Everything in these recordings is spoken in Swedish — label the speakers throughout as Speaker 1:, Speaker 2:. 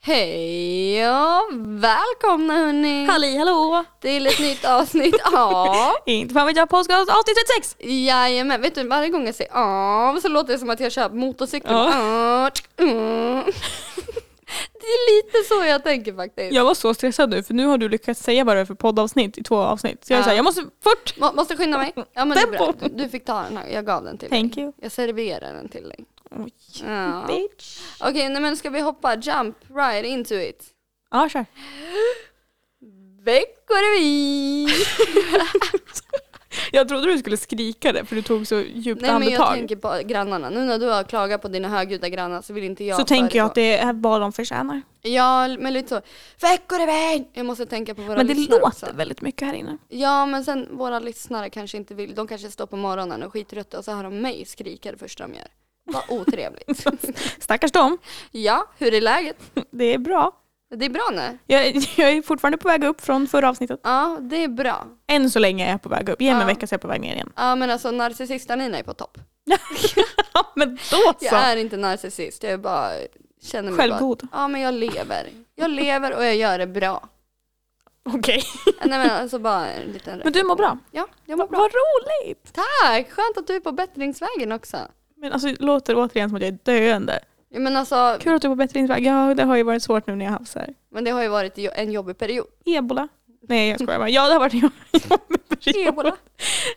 Speaker 1: Hej och välkomna hörni!
Speaker 2: Halli hallå!
Speaker 1: Till ett nytt avsnitt av...
Speaker 2: Inte fan vet jag, podcast avsnitt 36!
Speaker 1: Jajamän, vet du varje gång jag säger av så låter det som att jag kör motorcykel.
Speaker 2: Ja.
Speaker 1: Ah, tsk, mm. Det är lite så jag tänker faktiskt.
Speaker 2: Jag var så stressad nu för nu har du lyckats säga vad det är för poddavsnitt i två avsnitt. Så jag är
Speaker 1: Ja.
Speaker 2: såhär, jag måste fort!
Speaker 1: Må, måste skynda mig. Ja men det är bra.
Speaker 2: Tempo.
Speaker 1: Du fick ta den här, jag gav den till dig.
Speaker 2: Thank you.
Speaker 1: Jag serverar den till dig.
Speaker 2: Oj,
Speaker 1: Ja. Okej,
Speaker 2: bitch.
Speaker 1: nej, men ska vi hoppa jump right into it?
Speaker 2: Ja, kör.
Speaker 1: Veckorevy!
Speaker 2: Jag trodde du skulle skrika det för du tog så djupt
Speaker 1: Nej men jag
Speaker 2: andetag.
Speaker 1: tänker på grannarna. Nu när du har klagat på dina högljudda grannar så vill inte jag
Speaker 2: så tänker
Speaker 1: föregå.
Speaker 2: jag att det är vad de förtjänar.
Speaker 1: Ja, men lite så. Veckorevyn! Jag måste tänka på våra
Speaker 2: Men det
Speaker 1: lyssnare också.
Speaker 2: låter väldigt mycket här inne.
Speaker 1: Ja, men sen våra lyssnare kanske inte vill. De kanske står på morgonen och skittrötta och så hör de mig skrika det första de gör. Vad otrevligt.
Speaker 2: Stackars dem.
Speaker 1: ja, hur är läget?
Speaker 2: Det är bra.
Speaker 1: Det är bra nu.
Speaker 2: Jag, jag är fortfarande på väg upp från förra avsnittet.
Speaker 1: Ja, det är bra.
Speaker 2: Än så länge är jag på väg upp. Ge mig
Speaker 1: Ja.
Speaker 2: en vecka så är jag på väg ner igen.
Speaker 1: Ja, men alltså narcissist-Anina är på topp.
Speaker 2: Ja, men då
Speaker 1: Jag
Speaker 2: så!
Speaker 1: är inte narcissist, jag är bara känner mig
Speaker 2: Självgod.
Speaker 1: Bara, ja, men jag lever. Jag lever och jag gör det bra.
Speaker 2: Okej.
Speaker 1: Nej, men alltså bara en liten...
Speaker 2: Men du mår bra?
Speaker 1: Ja, jag mår bra.
Speaker 2: Vad roligt!
Speaker 1: Tack! Skönt att du är på bättringsvägen också.
Speaker 2: Men alltså det låter återigen som att jag är döende.
Speaker 1: Ja, men alltså,
Speaker 2: Kul att du är på bättringsväg. Ja, det har ju varit svårt nu när jag har haft så här.
Speaker 1: men det har ju varit jo- en jobbig period.
Speaker 2: Ebola. Nej jag skojar bara. Ja det har varit en jobbig period.
Speaker 1: Ebola.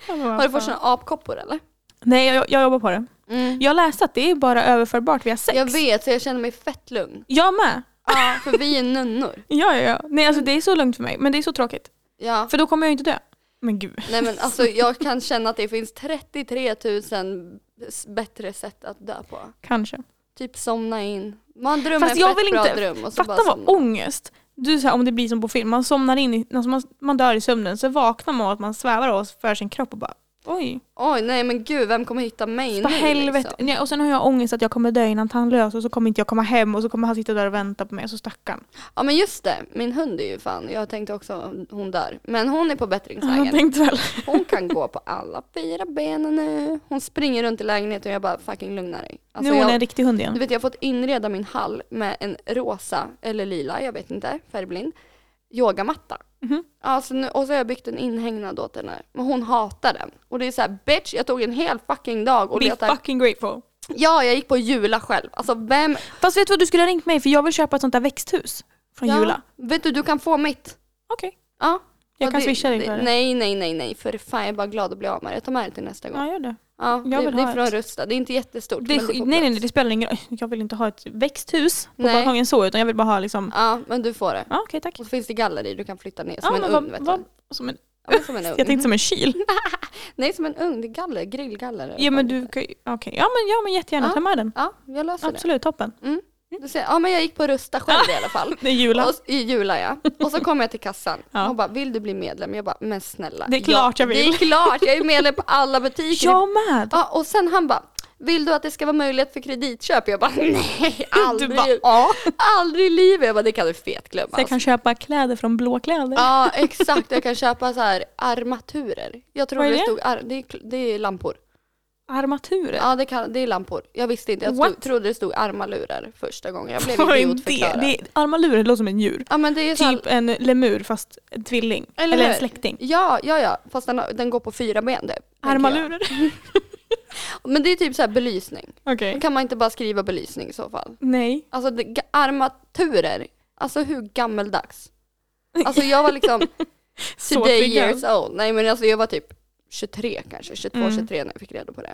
Speaker 2: Ja, men vad
Speaker 1: Har du fått
Speaker 2: fan.
Speaker 1: sådana apkoppor eller?
Speaker 2: Nej jag, jag jobbar på det.
Speaker 1: Mm.
Speaker 2: Jag läste att det är bara överförbart via sex.
Speaker 1: Jag vet, så jag känner mig fett lugn.
Speaker 2: Jag med.
Speaker 1: Ja, för vi är nunnor.
Speaker 2: Ja ja ja. Nej alltså det är så lugnt för mig. Men det är så tråkigt.
Speaker 1: Ja.
Speaker 2: För då kommer jag ju inte dö. Men gud.
Speaker 1: Nej men alltså jag kan känna att det finns 33 000 s- bättre sätt att dö på.
Speaker 2: Kanske.
Speaker 1: Typ somna in. Man drömmer
Speaker 2: Fast
Speaker 1: en
Speaker 2: jag
Speaker 1: fett
Speaker 2: vill
Speaker 1: bra
Speaker 2: inte-
Speaker 1: dröm och så bara
Speaker 2: Fatta vad
Speaker 1: somna.
Speaker 2: ångest. Du så här, om det blir som på film. Man somnar in i, alltså man, man dör i sömnen. Så vaknar man av att man svävar av för sin kropp och bara oj.
Speaker 1: Oj nej men gud, vem kommer hitta mig
Speaker 2: För
Speaker 1: nu
Speaker 2: helvete.
Speaker 1: Liksom?
Speaker 2: Nej, och sen har jag ångest att jag kommer dö innan tandlös och så kommer inte jag komma hem och så kommer han sitta där och vänta på mig. Så stackarn.
Speaker 1: Ja men just det, min hund är ju fan, jag tänkte också hon dör. Men hon är på
Speaker 2: Jag
Speaker 1: bättringsvägen.
Speaker 2: tänkte väl.
Speaker 1: Hon kan gå på alla fyra benen nu. Hon springer runt i lägenheten och jag bara fucking lugna dig. Alltså
Speaker 2: nu är hon en
Speaker 1: jag,
Speaker 2: riktig hund
Speaker 1: du
Speaker 2: igen.
Speaker 1: vet jag har fått inreda min hall med en rosa, eller lila, jag vet inte, färgblind, yogamatta.
Speaker 2: Mhm.
Speaker 1: Alltså nu, och så har jag byggt en inhägnad åt henne. Men hon hatar den. Och det är så här, bitch jag tog en hel fucking dag och
Speaker 2: Be
Speaker 1: letade.
Speaker 2: fucking grateful.
Speaker 1: Ja jag gick på Jula själv. Alltså vem?
Speaker 2: Fast vet du vad du skulle ha ringt mig för jag vill köpa ett sånt där växthus från
Speaker 1: Ja,
Speaker 2: Jula.
Speaker 1: Vet du du kan få mitt.
Speaker 2: Okej,
Speaker 1: Ja.
Speaker 2: jag
Speaker 1: Och
Speaker 2: kan
Speaker 1: det-
Speaker 2: swisha dig
Speaker 1: det-
Speaker 2: för det.
Speaker 1: Nej nej nej nej för fan jag är bara glad att bli av med det. Jag tar med det till nästa gång.
Speaker 2: Ja, gör det.
Speaker 1: Ja,
Speaker 2: Jag
Speaker 1: det,
Speaker 2: vill
Speaker 1: det är
Speaker 2: ha
Speaker 1: från
Speaker 2: ett.
Speaker 1: Rusta. Det är inte jättestort.
Speaker 2: det
Speaker 1: men du
Speaker 2: nej,
Speaker 1: får
Speaker 2: nej,
Speaker 1: plats.
Speaker 2: nej, det spelar ingen roll. Jag vill inte ha ett växthus på
Speaker 1: Nej.
Speaker 2: balkongen så utan jag vill bara ha liksom,
Speaker 1: Ja, men du får det.
Speaker 2: ja okej tack.
Speaker 1: Och så finns det galler i du kan flytta ner
Speaker 2: Ja,
Speaker 1: som
Speaker 2: men
Speaker 1: en
Speaker 2: vad-
Speaker 1: ugn. Vet
Speaker 2: vad-
Speaker 1: du.
Speaker 2: som en,
Speaker 1: Ja, men som en ugn.
Speaker 2: jag tänkte som en kyl.
Speaker 1: Nej, som en ugn. Det är galler, grillgaller. eller
Speaker 2: Ja
Speaker 1: vad
Speaker 2: men
Speaker 1: det
Speaker 2: du
Speaker 1: heter.
Speaker 2: kan ju- okej, ja men, ja men jättegärna
Speaker 1: Ja.
Speaker 2: ta med den.
Speaker 1: Ja, jag löser
Speaker 2: Absolut, toppen.
Speaker 1: det. Du ser, ja, men jag gick på Rusta själv i alla fall.
Speaker 2: Det är Jula.
Speaker 1: Och, s- I Jula ja. Och så kom jag till kassan.
Speaker 2: Ja.
Speaker 1: Hon bara, vill du bli medlem? Jag bara, men snälla.
Speaker 2: Det är klart jag vill.
Speaker 1: Det är klart, jag är medlem på alla butiker.
Speaker 2: Jag med!
Speaker 1: Ja, och sen han bara, vill du att det ska vara möjlighet för kreditköp? Jag bara, nej, aldrig.
Speaker 2: Du bara, ja.
Speaker 1: Aldrig i livet. Jag bara, det kan du fetglömma.
Speaker 2: Så jag kan köpa kläder från blåkläder.
Speaker 1: Alltså. Ja exakt, jag kan köpa så här armaturer. Jag tror
Speaker 2: Vad
Speaker 1: det
Speaker 2: är det?
Speaker 1: stod, ar- det, är, kl- det är lampor.
Speaker 2: Armaturer.
Speaker 1: Ja det, kan, det är lampor. Jag visste inte, jag
Speaker 2: What?
Speaker 1: stod, trodde det stod armalurer första gången. Jag blev
Speaker 2: Vad är det?
Speaker 1: idiotförklarad.
Speaker 2: det är, armalurer låter som en djur.
Speaker 1: Ja men det är så här,
Speaker 2: Typ en lemur fast en tvilling.
Speaker 1: Eller
Speaker 2: Eller,
Speaker 1: hur?
Speaker 2: en släkting.
Speaker 1: Ja, ja ja, fast den, har- den går på fyra ben typ. tänker
Speaker 2: Armalurer.
Speaker 1: jag. Men det är typ så här belysning.
Speaker 2: Okej.
Speaker 1: Kan man inte bara skriva belysning i så fall?
Speaker 2: Nej.
Speaker 1: Alltså det, ga- armaturer, alltså hur gammeldags? Alltså jag var liksom
Speaker 2: Så
Speaker 1: Today
Speaker 2: triggad.
Speaker 1: years old. Nej men alltså jag var typ 23 kanske, 22,
Speaker 2: Mm.
Speaker 1: 23 när jag fick reda på det.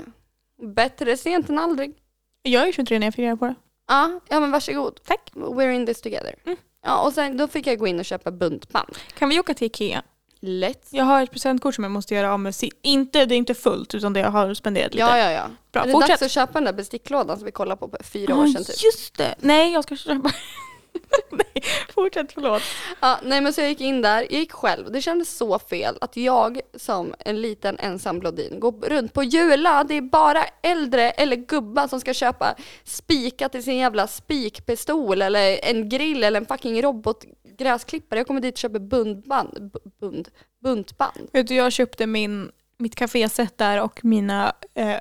Speaker 1: Bättre sent än aldrig.
Speaker 2: Jag är 23 när jag fick reda på det.
Speaker 1: Ja, ja men varsågod.
Speaker 2: Tack.
Speaker 1: We're in this together.
Speaker 2: Mm.
Speaker 1: Ja och sen då fick jag gå in och köpa buntband.
Speaker 2: Kan vi åka till Ikea?
Speaker 1: Lätt.
Speaker 2: Jag har ett presentkort som jag måste göra av med. si- Inte, det är inte fullt utan det jag har spenderat lite.
Speaker 1: Ja ja ja.
Speaker 2: Bra,
Speaker 1: är det
Speaker 2: fortsätt.
Speaker 1: dags att köpa den där besticklådan som vi kollade på för fyra
Speaker 2: Ja,
Speaker 1: år sedan typ?
Speaker 2: just det. Nej, jag ska köpa. Nej, fortsätt, förlåt.
Speaker 1: Ja, nej men så jag gick in där, jag gick själv. Det kändes så fel att jag som en liten ensam blondin går runt på Jula. Det är bara äldre eller gubbar som ska köpa spika till sin jävla spikpistol eller en grill eller en fucking robotgräsklippare. Jag kommer dit och köper bundband, b- bund, buntband.
Speaker 2: Vet du, jag köpte min, mitt kaféset där och mina eh,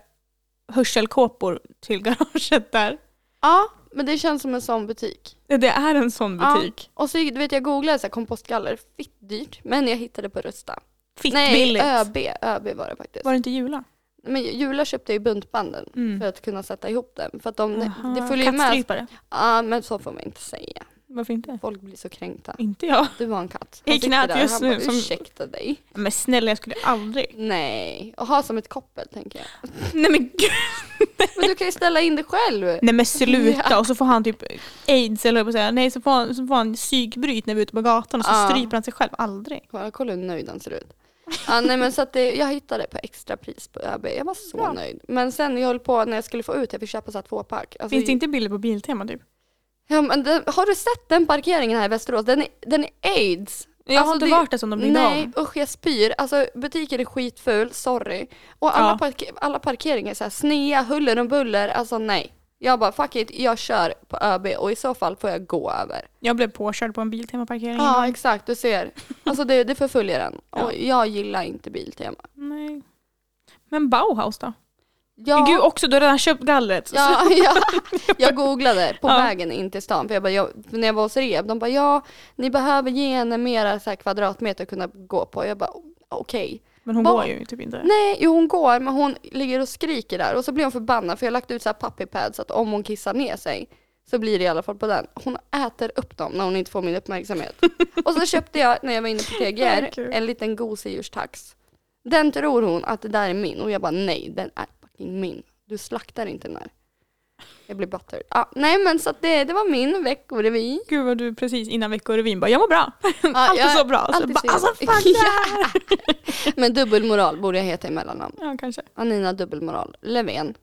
Speaker 2: hörselkåpor till garaget där.
Speaker 1: Ja, Men det känns som en sån butik.
Speaker 2: Ja, Det är en sån
Speaker 1: Ja.
Speaker 2: butik.
Speaker 1: Och så du vet jag googlade så här, kompostgaller, fitt dyrt. Men jag hittade på Rusta.
Speaker 2: Fitt
Speaker 1: Nej,
Speaker 2: billigt.
Speaker 1: ÖB, ÖB var det faktiskt.
Speaker 2: Var det inte Jula?
Speaker 1: Men Jula köpte ju buntbanden
Speaker 2: Mm.
Speaker 1: för att kunna sätta ihop dem. För att de,
Speaker 2: Jaha,
Speaker 1: det följer ju med.
Speaker 2: kattstrypare.
Speaker 1: Ja men så får man inte säga.
Speaker 2: Varför inte?
Speaker 1: Folk blir så kränkta.
Speaker 2: Inte jag.
Speaker 1: Du var en katt.
Speaker 2: Jag är
Speaker 1: Han sitter
Speaker 2: knät
Speaker 1: där och
Speaker 2: just
Speaker 1: han
Speaker 2: nu
Speaker 1: Bara,
Speaker 2: som-
Speaker 1: ursäkta dig.
Speaker 2: Men snälla jag skulle aldrig.
Speaker 1: Nej, och ha som ett koppel tänker jag.
Speaker 2: Nej men gud.
Speaker 1: Men du kan ju ställa in det själv.
Speaker 2: Nej men sluta och så får han typ aids eller vad jag säga. Nej så får han, så får han psykbryt när vi är ute på gatan och så
Speaker 1: Ja. Alltså,
Speaker 2: stryper han sig själv. Aldrig.
Speaker 1: Kolla, kolla hur nöjd han ser ut. Ja, nej, men så att det, jag hittade på extrapris på ÖB. Jag var så
Speaker 2: Bra.
Speaker 1: nöjd. Men sen jag höll på när jag skulle få ut, jag fick köpa så här tvåpack. Alltså,
Speaker 2: Finns det inte bilder på Biltema typ?
Speaker 1: ja, men den, har du sett den parkeringen här i Västerås? Den är, den är aids.
Speaker 2: Jag har
Speaker 1: Alltså,
Speaker 2: inte
Speaker 1: det-
Speaker 2: varit där som de byggde
Speaker 1: Nej
Speaker 2: om.
Speaker 1: usch jag spyr. Alltså butiken är skitful, sorry. Och alla,
Speaker 2: Ja.
Speaker 1: parke- alla parkeringar är så här snea, huller och buller. Alltså nej. Jag bara fuck it, jag kör på ÖB och i så fall får jag gå över.
Speaker 2: Jag blev påkörd på en Biltema-parkering.
Speaker 1: Ja exakt, du ser. Alltså det, det förföljer en.
Speaker 2: Ja.
Speaker 1: Och jag gillar inte Biltema.
Speaker 2: Nej. Men Bauhaus då?
Speaker 1: Ja.
Speaker 2: Gud också, du har redan köpt gallret. Så-
Speaker 1: Ja, ja. Jag googlade på
Speaker 2: Ja.
Speaker 1: vägen in till stan för jag bara, jag, när jag var hos Rehab, de bara ja, ni behöver ge henne mera så här kvadratmeter att kunna gå på. Jag bara okej.
Speaker 2: Men hon
Speaker 1: Vad?
Speaker 2: går ju typ inte.
Speaker 1: Nej, jo hon går men hon ligger och skriker där och så blir hon förbannad för jag har lagt ut så här puppy pads så att om hon kissar ner sig så blir det i alla fall på den. Hon äter upp dem när hon inte får min uppmärksamhet. och så köpte jag när jag var inne på
Speaker 2: Åh,
Speaker 1: TGR
Speaker 2: gud.
Speaker 1: en liten gosedjurstax. Den tror hon att det där är min och jag bara nej den är fucking min. Du slaktar inte den här. Jag blir buttered. Ja, nej men så att det, det var min veckorevy.
Speaker 2: Gud vad du precis innan veckorevyn bara, jag mår bra. allt är
Speaker 1: jag-
Speaker 2: så bra. Så
Speaker 1: allt är
Speaker 2: bara,
Speaker 1: så
Speaker 2: alltså
Speaker 1: bra."
Speaker 2: fuck det här.
Speaker 1: Men dubbelmoral borde jag heta i mellannamn.
Speaker 2: Ja kanske.
Speaker 1: Anina dubbelmoral. Löfven.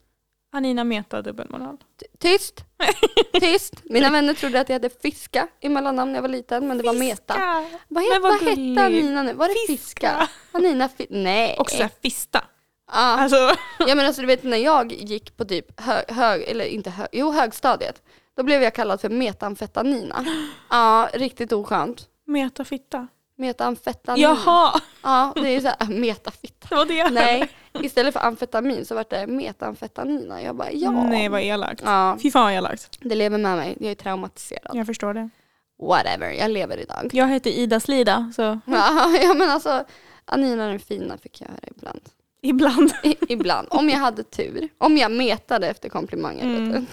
Speaker 2: Anina Meta dubbelmoral.
Speaker 1: Tyst! Tyst! Mina vänner trodde att jag hade Fiska i mellannamn när jag var liten, men det var Meta.
Speaker 2: Fiska.
Speaker 1: Vad,
Speaker 2: Men
Speaker 1: het,
Speaker 2: vad
Speaker 1: vad
Speaker 2: gulligt.
Speaker 1: hette Anina nu? Var det Fiska?
Speaker 2: Fiska.
Speaker 1: Anina fi- Nej.
Speaker 2: Och såhär fista.
Speaker 1: Ja.
Speaker 2: Alltså,
Speaker 1: ja men alltså du vet när jag gick på typ hög, hög eller inte hög, jo högstadiet. Då blev jag kallad för metamfetanina. Ja, riktigt oskönt.
Speaker 2: Meta fitta.
Speaker 1: Metamfetanina.
Speaker 2: Jaha,
Speaker 1: Ja, det är ju såhär metafitta.
Speaker 2: det var det.
Speaker 1: Nej, istället för amfetamin så vart det metamfetanina. Jag bara ja.
Speaker 2: Nej vad elakt.
Speaker 1: Ja,
Speaker 2: Fy fan vad elakt.
Speaker 1: det lever med mig. Jag är traumatiserad.
Speaker 2: Jag förstår det.
Speaker 1: Whatever, jag lever idag.
Speaker 2: Jag heter Ida Slida så
Speaker 1: Ja, ja men alltså Anina den fina fick jag höra ibland.
Speaker 2: ibland.
Speaker 1: I, ibland, om jag hade tur. Om jag metade efter komplimanger.
Speaker 2: Mm.
Speaker 1: vet du.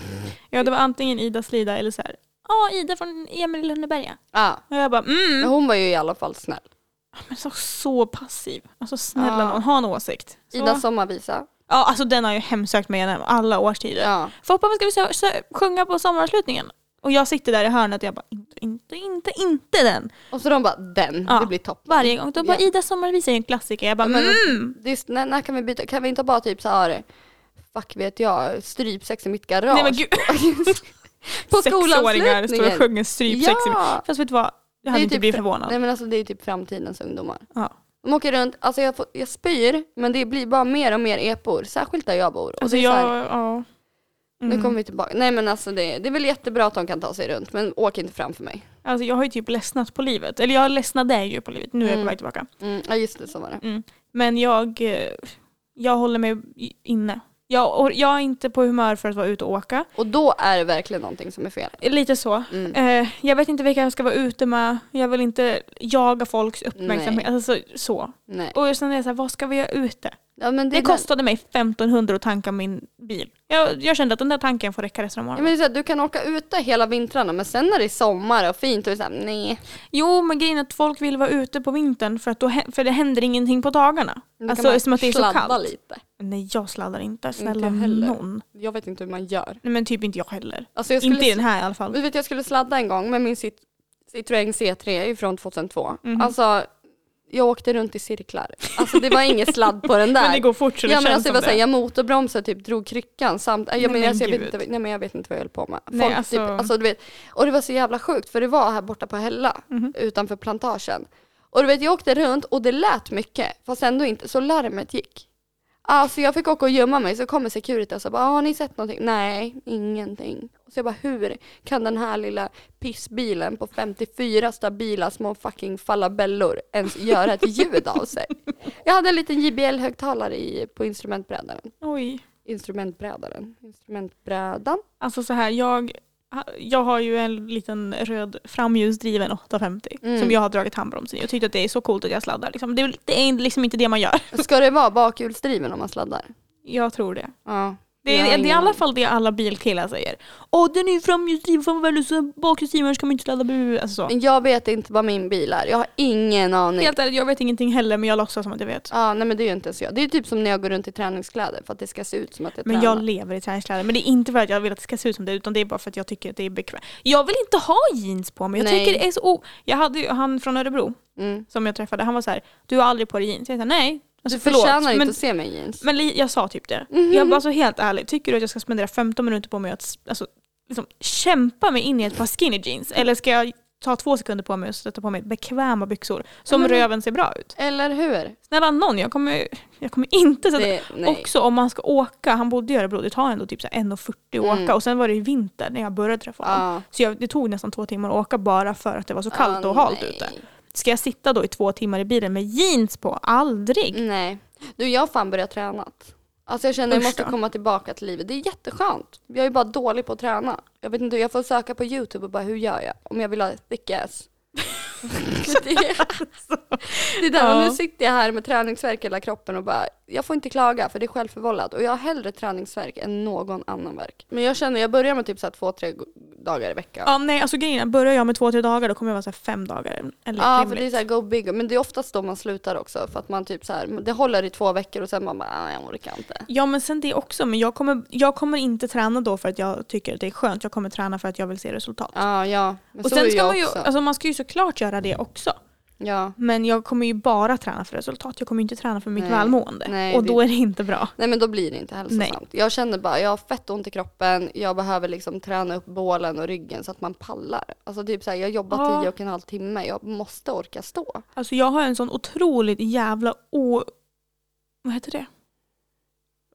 Speaker 2: Ja det var antingen Ida Slida eller så här. Ja Ida från Emil i Lönneberga.
Speaker 1: Ja,
Speaker 2: Och jag bara mm.
Speaker 1: men hon var ju i alla fall snäll.
Speaker 2: Men så, så passiv. Alltså snälla
Speaker 1: Ja.
Speaker 2: någon, ha en åsikt. Så.
Speaker 1: Ida sommarvisa.
Speaker 2: Ja alltså den har ju hemsökt mig genom alla årstider.
Speaker 1: Ja.
Speaker 2: Folk bara, "Men ska vi sö- sö- sjunga på sommaravslutningen? Och jag sitter där i hörnet och jag bara, inte, inte, inte, inte den.
Speaker 1: Och så de bara den,
Speaker 2: Ja,
Speaker 1: det blir toppen.
Speaker 2: Varje gång. De bara,
Speaker 1: Ja.
Speaker 2: Ida sommarvisa är ju en klassiker. Jag
Speaker 1: Ja,
Speaker 2: bara,
Speaker 1: men-
Speaker 2: mm.
Speaker 1: Det är, s- när, när kan vi byta? Kan vi inte bara typ så här, fuck vet jag, strypsex i mitt garage?
Speaker 2: Nej men gud.
Speaker 1: På
Speaker 2: Sexåringar står och
Speaker 1: skolavslutningen.
Speaker 2: sjunger strypsex i mig.
Speaker 1: Ja.
Speaker 2: Fast vet du vad, jag
Speaker 1: Det är
Speaker 2: hade inte
Speaker 1: typ
Speaker 2: blivit
Speaker 1: fra-
Speaker 2: förvånad.
Speaker 1: Nej men alltså det är typ framtidens ungdomar.
Speaker 2: Ja.
Speaker 1: De åker runt, alltså jag, får, jag spyr men det blir bara mer och mer epor, särskilt där jag bor. Och
Speaker 2: Alltså
Speaker 1: det är så
Speaker 2: jag,
Speaker 1: här,
Speaker 2: ja.
Speaker 1: Nu
Speaker 2: Mm.
Speaker 1: kommer vi tillbaka. Nej men alltså det, det är väl jättebra att de kan ta sig runt men åk inte framför mig.
Speaker 2: Alltså jag har ju typ ledsnat på livet. Eller jag ledsnade ju på livet, nu är jag på
Speaker 1: Mm.
Speaker 2: väg tillbaka.
Speaker 1: Mm, ja just det, så var det.
Speaker 2: Men jag, eh, jag håller mig inne. Jag, or- jag är inte på humör för att vara ute och åka.
Speaker 1: Och då är det verkligen någonting som är fel.
Speaker 2: Lite så.
Speaker 1: Mm.
Speaker 2: Eh, jag vet inte vilka jag ska vara ute med. Jag vill inte jaga folks uppmärksamhet. Alltså, så.
Speaker 1: Nej.
Speaker 2: Och sen är jag så här, vad ska vi göra ute?
Speaker 1: Ja, men
Speaker 2: Det,
Speaker 1: det,
Speaker 2: kostade mig 1500 att tanka min bil. Jag, jag kände att den där tanken får räcka resten av
Speaker 1: Ja,
Speaker 2: morgonen.
Speaker 1: men det är så här, du kan åka ute hela vintrarna men sen när det är sommar och fint och såhär nej.
Speaker 2: Jo, men grejen är att folk vill vara ute på vintern för, att då, hä- för det händer ingenting på dagarna.
Speaker 1: Då kan
Speaker 2: Alltså,
Speaker 1: man
Speaker 2: som att det är så
Speaker 1: sladda
Speaker 2: kallt.
Speaker 1: lite.
Speaker 2: Nej, jag sladdar inte. Snälla
Speaker 1: jag heller.
Speaker 2: någon.
Speaker 1: Jag vet inte hur man gör.
Speaker 2: Nej, men typ inte jag heller.
Speaker 1: Alltså, jag skulle
Speaker 2: Inte i den här i alla
Speaker 1: Men
Speaker 2: fall.
Speaker 1: Du vet jag skulle sladda en gång med min Cit- Citroën C3 från 2002.
Speaker 2: Mhm.
Speaker 1: Alltså jag åkte runt i cirklar. Alltså det var ingen sladd på den där.
Speaker 2: Men det går fort så det
Speaker 1: ja, men
Speaker 2: känns
Speaker 1: alltså, jag
Speaker 2: som
Speaker 1: var
Speaker 2: det.
Speaker 1: såhär, jag motorbromsade typ drog kryckan samt, jag,
Speaker 2: Nej,
Speaker 1: men,
Speaker 2: men
Speaker 1: alltså, jag, vet
Speaker 2: gud.
Speaker 1: inte, nej, men jag vet inte vad jag höll på med. Folk
Speaker 2: Nej,
Speaker 1: typ,
Speaker 2: alltså-
Speaker 1: alltså, du vet, och det var så jävla sjukt för det var här borta på Hälla
Speaker 2: Mhm.
Speaker 1: utanför plantagen. Och du vet jag åkte runt och det lät mycket fast ändå inte så larmet gick. Alltså jag fick åka och gömma mig så kommer Securitas och bara "Ah, har ni sett någonting? Nej, ingenting. Så jag bara hur kan den här lilla pissbilen på 54 stabila små fucking fallabellor ens göra ett ljud av sig? Jag hade en liten JBL-högtalare i, på instrumentbrädan
Speaker 2: Oj.
Speaker 1: instrumentbrädaren. Instrumentbrädan.
Speaker 2: Alltså så här, jag jag har ju en liten röd framhjulsdriven 850
Speaker 1: Mm.
Speaker 2: som jag har dragit handbromsen i och tyckt att det är så coolt att jag sladdar. Liksom. Det, är väl- det är liksom inte det man gör.
Speaker 1: Ska det vara bakhjulsdriven om man sladdar?
Speaker 2: Jag tror det.
Speaker 1: Ja.
Speaker 2: Det
Speaker 1: Jag
Speaker 2: är,
Speaker 1: har
Speaker 2: det är i
Speaker 1: ingen
Speaker 2: alla
Speaker 1: aning.
Speaker 2: fall det alla bilkillar säger. Åh den är ju framhjulsdriven, fan vad väl så bakhjulsdriven ska man inte sladda. bu- Alltså så.
Speaker 1: Men jag vet inte vad min bil är. Jag har ingen aning.
Speaker 2: Helt ärligt, jag vet ingenting heller men jag låtsas som att jag vet.
Speaker 1: Ja, nej men det är ju inte ens jag. Det är ju typ som när jag går runt i träningskläder för att det ska se ut som att jag
Speaker 2: Men
Speaker 1: tränar.
Speaker 2: jag lever i träningskläder. Men det är inte för att jag vill att det ska se ut som det utan det är bara för att jag tycker att det är bekvämt. Jag vill inte ha jeans på mig. Jag
Speaker 1: Nej.
Speaker 2: tycker det är så... o- jag hade ju han från Örebro
Speaker 1: Mm.
Speaker 2: som jag träffade, han var så här, du har aldrig på dig jeans. Jag sa nej. Alltså,
Speaker 1: Du förtjänar inte Mhm.
Speaker 2: men,
Speaker 1: att se mig i jeans.
Speaker 2: men li- jag sa typ det. Jag bara så helt ärligt, tycker du att jag ska spendera 15 minuter på mig att s- alltså, liksom, kämpa mig in i ett par skinny jeans? Eller ska jag ta två sekunder på mig och sätta på mig bekväma byxor som
Speaker 1: Men-
Speaker 2: röven ser bra ut?
Speaker 1: Eller hur?
Speaker 2: Snälla någon, jag kommer, jag kommer inte sätta
Speaker 1: Det, nej.
Speaker 2: Också om man ska åka, han bodde i Örebro, det tar ändå typ så här 1.40 att
Speaker 1: Mm.
Speaker 2: åka och sen var det ju vinter när jag började träffa honom.
Speaker 1: Ja.
Speaker 2: Så jag, det tog nästan två timmar att åka bara för att det var så kallt
Speaker 1: Ja,
Speaker 2: och halt
Speaker 1: Ah, nej.
Speaker 2: ute. Ska jag sitta då i två timmar i bilen med jeans på? Aldrig!
Speaker 1: Nej. Du, jag har fan börjat träna. Alltså jag känner att jag
Speaker 2: Usch
Speaker 1: måste
Speaker 2: då.
Speaker 1: komma tillbaka till livet. Det är jätteskönt. Jag är bara dålig på att träna. Jag vet inte, jag får söka på YouTube och bara hur gör jag om jag vill ha thick ass. det, Alltså. det är där, och
Speaker 2: Ja.
Speaker 1: nu sitter jag här med träningsvärk i hela kroppen och bara, jag får inte klaga för det är självförvållat och jag har hellre träningsvärk än någon annan värk. Men jag känner, jag börjar med typ så här två, tre dagar i veckan.
Speaker 2: Ja, nej, alltså grejen är, börjar jag med två, tre dagar då kommer jag vara så här fem dagar. Eller
Speaker 1: Ja, för
Speaker 2: rimligt.
Speaker 1: det är såhär go big. Men det är oftast då man slutar också för att man typ såhär, det håller i två veckor och sen man bara, "Ah, jag orkar inte.
Speaker 2: Ja men sen det också, men jag kommer, jag kommer inte träna då för att jag tycker att det är skönt. Jag kommer träna för att jag vill se resultat.
Speaker 1: Ja, ja. Men
Speaker 2: och
Speaker 1: så
Speaker 2: sen
Speaker 1: är
Speaker 2: ska
Speaker 1: jag
Speaker 2: man ju,
Speaker 1: också.
Speaker 2: alltså man ska ju såklart göra det också.
Speaker 1: Ja.
Speaker 2: Men jag kommer ju bara träna för resultat. Jag kommer ju inte träna för mitt
Speaker 1: Nej.
Speaker 2: välmående.
Speaker 1: Nej,
Speaker 2: och
Speaker 1: det-
Speaker 2: då är det inte bra.
Speaker 1: Nej men då blir det inte hälsosamt. Jag känner bara, jag har fett ont i kroppen, jag behöver liksom träna upp bålen och ryggen så att man pallar. Alltså typ såhär, jag jobbar
Speaker 2: Ja.
Speaker 1: tio och en halv timme, jag måste orka stå.
Speaker 2: Alltså jag har en sån otroligt jävla o... Vad heter det?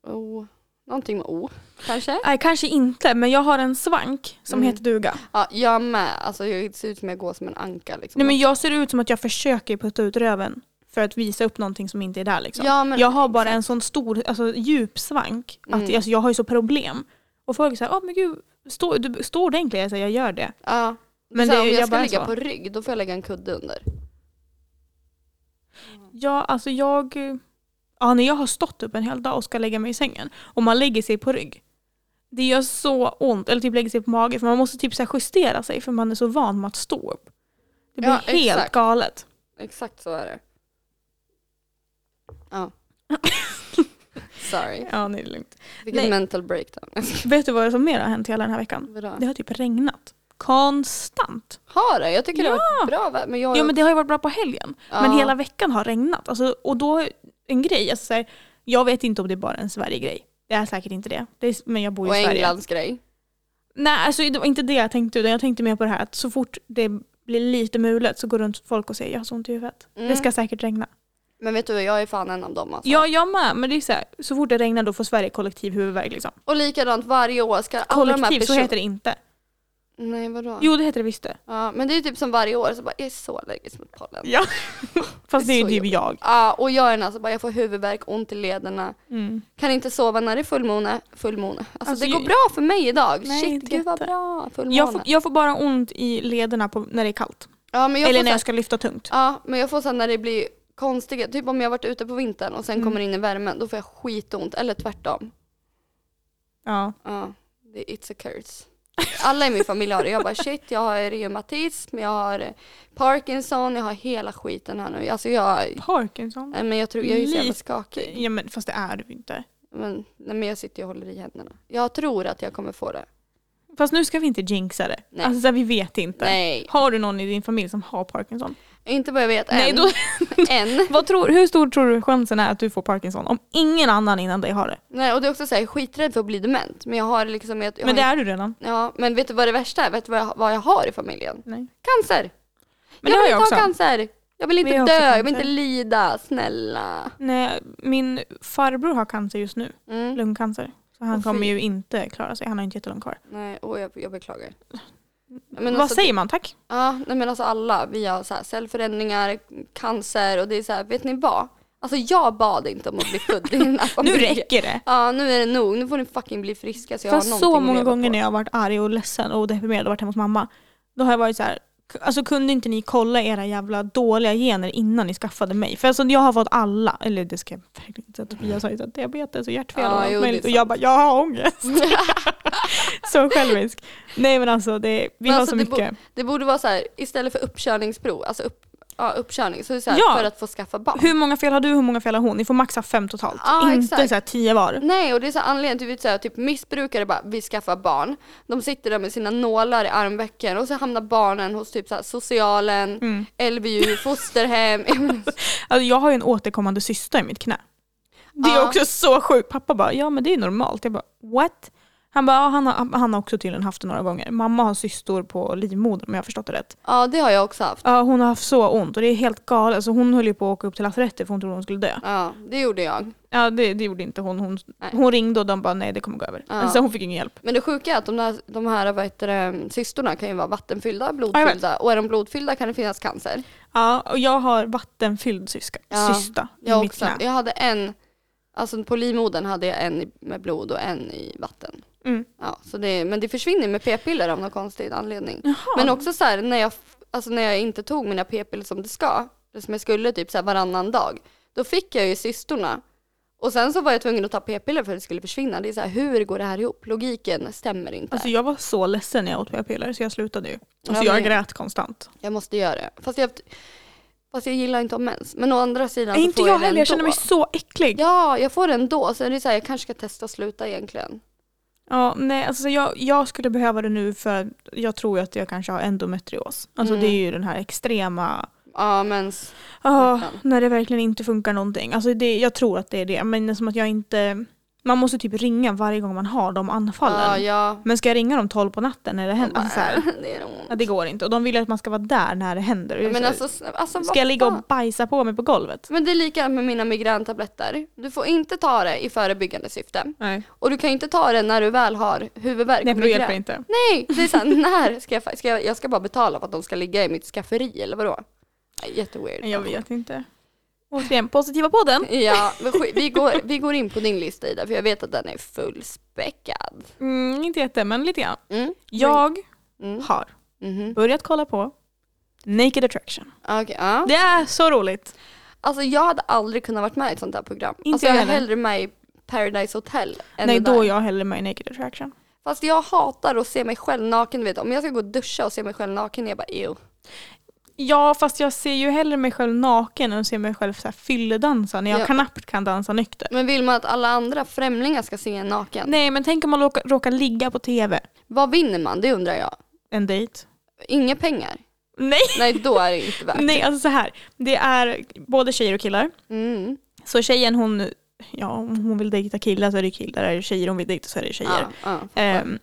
Speaker 1: Oh. Någonting med O kanske?
Speaker 2: Nej kanske inte, men jag har en svank som
Speaker 1: Mm.
Speaker 2: heter duga.
Speaker 1: Ja, jag med. Alltså jag ser ut som jag går som en anka liksom.
Speaker 2: Nej men jag ser ut som att jag försöker putta ut röven för att visa upp någonting som inte är där liksom.
Speaker 1: ja, men
Speaker 2: Jag har bara en sån stor, alltså djup svank. Att,
Speaker 1: Mm.
Speaker 2: alltså, jag har ju så problem. Och folk säger, åh "Ah, men gud, stå, du, stå ordentligt. Jag säger, jag gör det.
Speaker 1: Ja.
Speaker 2: Men
Speaker 1: Men
Speaker 2: det-
Speaker 1: om jag,
Speaker 2: jag
Speaker 1: ska
Speaker 2: bara
Speaker 1: ligga
Speaker 2: så.
Speaker 1: på rygg, då får jag lägga en kudde under.
Speaker 2: Ja, alltså jag... Ja, när jag har stått upp en hel dag och ska lägga mig i sängen och man lägger sig på rygg. Det gör så ont, eller typ lägger sig på mage för man måste typ så här justera sig för man är så van med att stå upp. Det blir
Speaker 1: Ja,
Speaker 2: helt
Speaker 1: exakt.
Speaker 2: galet.
Speaker 1: Exakt så är det. Ja. Sorry.
Speaker 2: Ja, nej, det är lugnt.
Speaker 1: Vilket
Speaker 2: Nej.
Speaker 1: mental breakdown.
Speaker 2: Vet du vad som mer har hänt hela den här veckan?
Speaker 1: Bra.
Speaker 2: Det har typ regnat. Konstant.
Speaker 1: Har det? Jag tycker det har
Speaker 2: Ja.
Speaker 1: varit bra väder. Men jag har
Speaker 2: Ja men det har ju varit bra på helgen.
Speaker 1: Ja.
Speaker 2: Men hela veckan har regnat. Alltså, och då, en grej, alltså, så här, jag vet inte om det är bara en Sverige-grej. Det är säkert inte det. det är, men jag bor ju
Speaker 1: Och
Speaker 2: i Sverige.
Speaker 1: Englands grej.
Speaker 2: Nej, alltså det var inte det jag tänkte utan jag tänkte mer på det här att så fort det blir lite mulet så går runt folk och säger jag har så ont i huvudet.
Speaker 1: Mm.
Speaker 2: Det ska säkert regna.
Speaker 1: Men vet du, jag är fan en av dem alltså.
Speaker 2: Ja, jag med. Men det är så, här, så fort det regnar då får Sverige kollektiv huvudvärk. Liksom.
Speaker 1: Och likadant varje år ska alla de här
Speaker 2: Kollektiv, så
Speaker 1: perso-
Speaker 2: heter det inte.
Speaker 1: Nej vadå?
Speaker 2: Jo, det heter det visst det.
Speaker 1: Ja, men det är ju typ som varje år så bara, jag är så allergisk mot pollen.
Speaker 2: Ja. Fast det är
Speaker 1: så
Speaker 2: ju typ jag.
Speaker 1: Ja, och jag är en alltså bara, jag får huvudvärk, ont i lederna,
Speaker 2: Mm.
Speaker 1: kan inte sova när det är fullmåne. Fullmåne. Alltså,
Speaker 2: Alltså,
Speaker 1: det
Speaker 2: ju-
Speaker 1: går bra för mig idag.
Speaker 2: Nej,
Speaker 1: Shit,
Speaker 2: inte
Speaker 1: gud vad
Speaker 2: jätte.
Speaker 1: bra. Fullmåne.
Speaker 2: Jag, får, jag får bara ont i lederna på, när det är kallt.
Speaker 1: ja, men jag
Speaker 2: Eller
Speaker 1: får så
Speaker 2: när
Speaker 1: här-
Speaker 2: jag ska lyfta tungt.
Speaker 1: Ja, men jag får sen när det blir konstiga, typ om jag varit ute på vintern och sen
Speaker 2: Mm.
Speaker 1: kommer in i värmen, då får jag skitont. Eller tvärtom.
Speaker 2: Ja.
Speaker 1: Ja, det, it's a curse. Alla i min familj har det. Jag bara shit, jag har reumatism, jag har eh, Parkinson, jag har hela skiten här nu. Alltså jag,
Speaker 2: Parkinson.
Speaker 1: nej men jag tror, jag är ju så jävla
Speaker 2: Lite-
Speaker 1: skakig.
Speaker 2: Ja, men, fast det är du inte.
Speaker 1: Men, nej men jag sitter ju och håller i händerna. Jag tror att jag kommer få det.
Speaker 2: Fast nu ska vi inte jinxa det.
Speaker 1: Nej.
Speaker 2: Alltså, så här, vi vet inte.
Speaker 1: Nej,
Speaker 2: Har du någon i din familj som har Parkinson?
Speaker 1: inte vad jag vet än.
Speaker 2: Nej, då,
Speaker 1: än.
Speaker 2: Vad tror, hur stor tror du chansen är att du får Parkinson om ingen annan innan dig har det?
Speaker 1: Nej, och det är också så här, jag är skiträdd för att bli dement. Men jag har liksom, jag, jag
Speaker 2: Men det
Speaker 1: har,
Speaker 2: är du redan.
Speaker 1: ja, men vet du vad det värsta är? Vet du vad jag, vad jag har i familjen?
Speaker 2: Nej.
Speaker 1: Cancer!
Speaker 2: Men
Speaker 1: jag
Speaker 2: det har
Speaker 1: vill
Speaker 2: jag
Speaker 1: inte
Speaker 2: också.
Speaker 1: ha cancer! Jag vill inte
Speaker 2: Vi har
Speaker 1: dö,
Speaker 2: också
Speaker 1: jag vill
Speaker 2: cancer.
Speaker 1: inte lida, snälla.
Speaker 2: Nej, min farbror har cancer just nu,
Speaker 1: Mm.
Speaker 2: lungcancer. Så han
Speaker 1: Åh, fy.
Speaker 2: kommer ju inte klara sig, han har inte jättelång kvar.
Speaker 1: Nej, åh, jag, jag beklagar. Men
Speaker 2: Vad
Speaker 1: alltså,
Speaker 2: säger man tack?
Speaker 1: Ja, nej men alltså alla, vi har så här cellförändringar, cancer och det är så här, vet ni vad? Alltså jag bad inte om att bli född i den här
Speaker 2: Nu
Speaker 1: familjen.
Speaker 2: räcker det!
Speaker 1: Ja nu är det nog, nu får ni fucking bli friska så jag har
Speaker 2: Fast
Speaker 1: någonting
Speaker 2: så
Speaker 1: att
Speaker 2: många
Speaker 1: leva
Speaker 2: gånger
Speaker 1: på.
Speaker 2: när jag har varit arg och ledsen och deprimerad och varit hemma hos mamma, då har jag varit så här. "K- Alltså kunde inte ni kolla era jävla dåliga gener innan ni skaffade mig? För alltså, jag har fått alla, eller det ska jag verkligen inte säga, Tobias har ju så här diabetes och hjärtfel
Speaker 1: Ja,
Speaker 2: och
Speaker 1: jo, det
Speaker 2: allt
Speaker 1: är
Speaker 2: möjligt. Och
Speaker 1: sant.
Speaker 2: jag bara, jag har ångest. så självisk. Nej men alltså, det, vi
Speaker 1: Men
Speaker 2: har
Speaker 1: alltså,
Speaker 2: så
Speaker 1: det bo-
Speaker 2: mycket.
Speaker 1: Det borde vara så här, istället för uppkörningsprov, alltså upp, ja, uppkörning, så är det så här,
Speaker 2: Ja.
Speaker 1: för att få skaffa barn.
Speaker 2: Hur många fel har du hur många fel har hon? Ni får maxa fem totalt.
Speaker 1: Ja,
Speaker 2: inte
Speaker 1: exakt. Mm.
Speaker 2: så här tio var.
Speaker 1: Nej och det är så här anledningen till att så här, typ missbrukare bara vi skaffar barn. De sitter där med sina nålar i armvecken och så hamnar barnen hos typ så här, socialen,
Speaker 2: Mm.
Speaker 1: LVU, fosterhem. Jag menar,
Speaker 2: Alltså, jag har ju en återkommande cysta i mitt knä. Det är
Speaker 1: Ja.
Speaker 2: också så sjukt. Pappa bara, ja men det är normalt. Jag bara, what? Han bara, ja, han, har, han har också tydligen haft det några gånger. Mamma har cystor på livmodern om jag har förstått det rätt.
Speaker 1: ja det har jag också haft.
Speaker 2: Ja, hon har haft så ont och det är helt galet. Alltså, hon höll ju på att åka upp till lasarettet för hon trodde hon skulle dö.
Speaker 1: Ja det gjorde jag.
Speaker 2: Ja, det, det gjorde inte hon. Hon,
Speaker 1: Nej.
Speaker 2: hon ringde och de bara, nej det kommer gå över.
Speaker 1: Ja.
Speaker 2: Alltså, hon fick ingen hjälp.
Speaker 1: Men det sjuka är att de, där, de här vad heter det, cystorna kan ju vara vattenfyllda,
Speaker 2: Ja,
Speaker 1: blodfyllda och är de blodfyllda kan det finnas cancer.
Speaker 2: Ja, och jag har vattenfylld cyska,
Speaker 1: Ja,
Speaker 2: cysta i
Speaker 1: Jag
Speaker 2: mitt
Speaker 1: också.
Speaker 2: knä.
Speaker 1: Jag hade en, alltså på livmodern hade jag en i- med blod och en i vatten.
Speaker 2: Mm.
Speaker 1: Ja, så det, men det försvinner med p-piller av någon konstig anledning.
Speaker 2: Jaha.
Speaker 1: Men också så här, när, jag, alltså när jag inte tog mina p-piller som det ska, eller som jag skulle typ så här varannan dag, då fick jag ju cystorna. Och sen så var jag tvungen att ta p-piller för att det skulle försvinna. Det är så här, hur går det här ihop? Logiken stämmer inte.
Speaker 2: Alltså jag var så ledsen när jag åt p-piller så jag slutade ju.
Speaker 1: Ja,
Speaker 2: Alltså jag
Speaker 1: men-
Speaker 2: grät konstant.
Speaker 1: Jag måste göra det. Fast jag, fast jag gillar inte att ha mens. Men å andra sidan så
Speaker 2: inte
Speaker 1: får
Speaker 2: jag
Speaker 1: jag, det
Speaker 2: heller, jag
Speaker 1: ändå.
Speaker 2: känner mig så äcklig. Ja.
Speaker 1: Ja, jag får det ändå. Så det är så här, jag kanske ska testa att sluta egentligen.
Speaker 2: nej, alltså jag, jag skulle behöva det nu för jag tror ju att jag kanske har endometrios. Alltså
Speaker 1: Mm.
Speaker 2: det är ju den här extrema,
Speaker 1: Ja, mens.
Speaker 2: Ja,
Speaker 1: Smärtan.
Speaker 2: när det verkligen inte funkar någonting. Alltså det, jag tror att det är det, men som att jag inte, man måste typ ringa varje gång man har de anfallen.
Speaker 1: Ja, ja.
Speaker 2: Men ska jag ringa dem 12 på natten när det händer? Alltså, så här,
Speaker 1: det är ont.
Speaker 2: ja, det går inte. Och de vill ju att man ska vara där när det händer. Och jag är
Speaker 1: äh. Men
Speaker 2: så här,
Speaker 1: alltså, sn- alltså vad
Speaker 2: ska jag ligga
Speaker 1: fan?
Speaker 2: och bajsa på mig på golvet?
Speaker 1: Men det är likadant med mina migräntabletter. Du får inte ta det i förebyggande syfte.
Speaker 2: Nej,
Speaker 1: Och du kan inte ta det när du väl har huvudvärk
Speaker 2: nej
Speaker 1: och
Speaker 2: för då
Speaker 1: migrän.
Speaker 2: hjälper det inte.
Speaker 1: Nej, det är såhär, när ska jag, fa- ska jag, jag ska bara betala för att de ska ligga i mitt skafferi eller vadå? Nej, Jätteweird.
Speaker 2: Jag vet inte. Återigen, positiva podden.
Speaker 1: Ja, men skit, vi, går, vi går in på din lista Ida, för jag vet att den är fullspäckad.
Speaker 2: Mm, inte jätte, men lite grann.
Speaker 1: Mm.
Speaker 2: Jag
Speaker 1: Mm.
Speaker 2: har
Speaker 1: Mhm.
Speaker 2: börjat kolla på Naked Attraction.
Speaker 1: Okej, ja.
Speaker 2: Det är så roligt.
Speaker 1: Alltså jag hade aldrig kunnat varit med i ett sånt här program.
Speaker 2: Inte
Speaker 1: alltså
Speaker 2: jag
Speaker 1: jag är
Speaker 2: heller.
Speaker 1: hellre med i Paradise Hotel än
Speaker 2: Nej,
Speaker 1: det
Speaker 2: då
Speaker 1: där.
Speaker 2: är jag hellre med i Naked Attraction.
Speaker 1: Fast jag hatar att se mig själv naken, du vet. Om jag ska gå och duscha och se mig själv naken, jag bara ew.
Speaker 2: Ja, fast jag ser ju hellre mig själv naken än ser mig själv så här fylledansa när jag
Speaker 1: Ja.
Speaker 2: knappt kan dansa nykter.
Speaker 1: Men vill man att alla andra främlingar ska se en naken?
Speaker 2: Nej, men tänk om man råkar, råkar ligga på tv.
Speaker 1: Vad vinner man? Det undrar jag.
Speaker 2: En dejt.
Speaker 1: Inga pengar?
Speaker 2: Nej,
Speaker 1: Nej, då är det inte värt
Speaker 2: nej, alltså så här. Det är både tjejer och killar.
Speaker 1: Mm.
Speaker 2: Så tjejen hon, ja om hon vill dejta killar så är det killar, är det tjejer hon vill dejta så är det tjejer.
Speaker 1: Ja, ja.
Speaker 2: Ehm,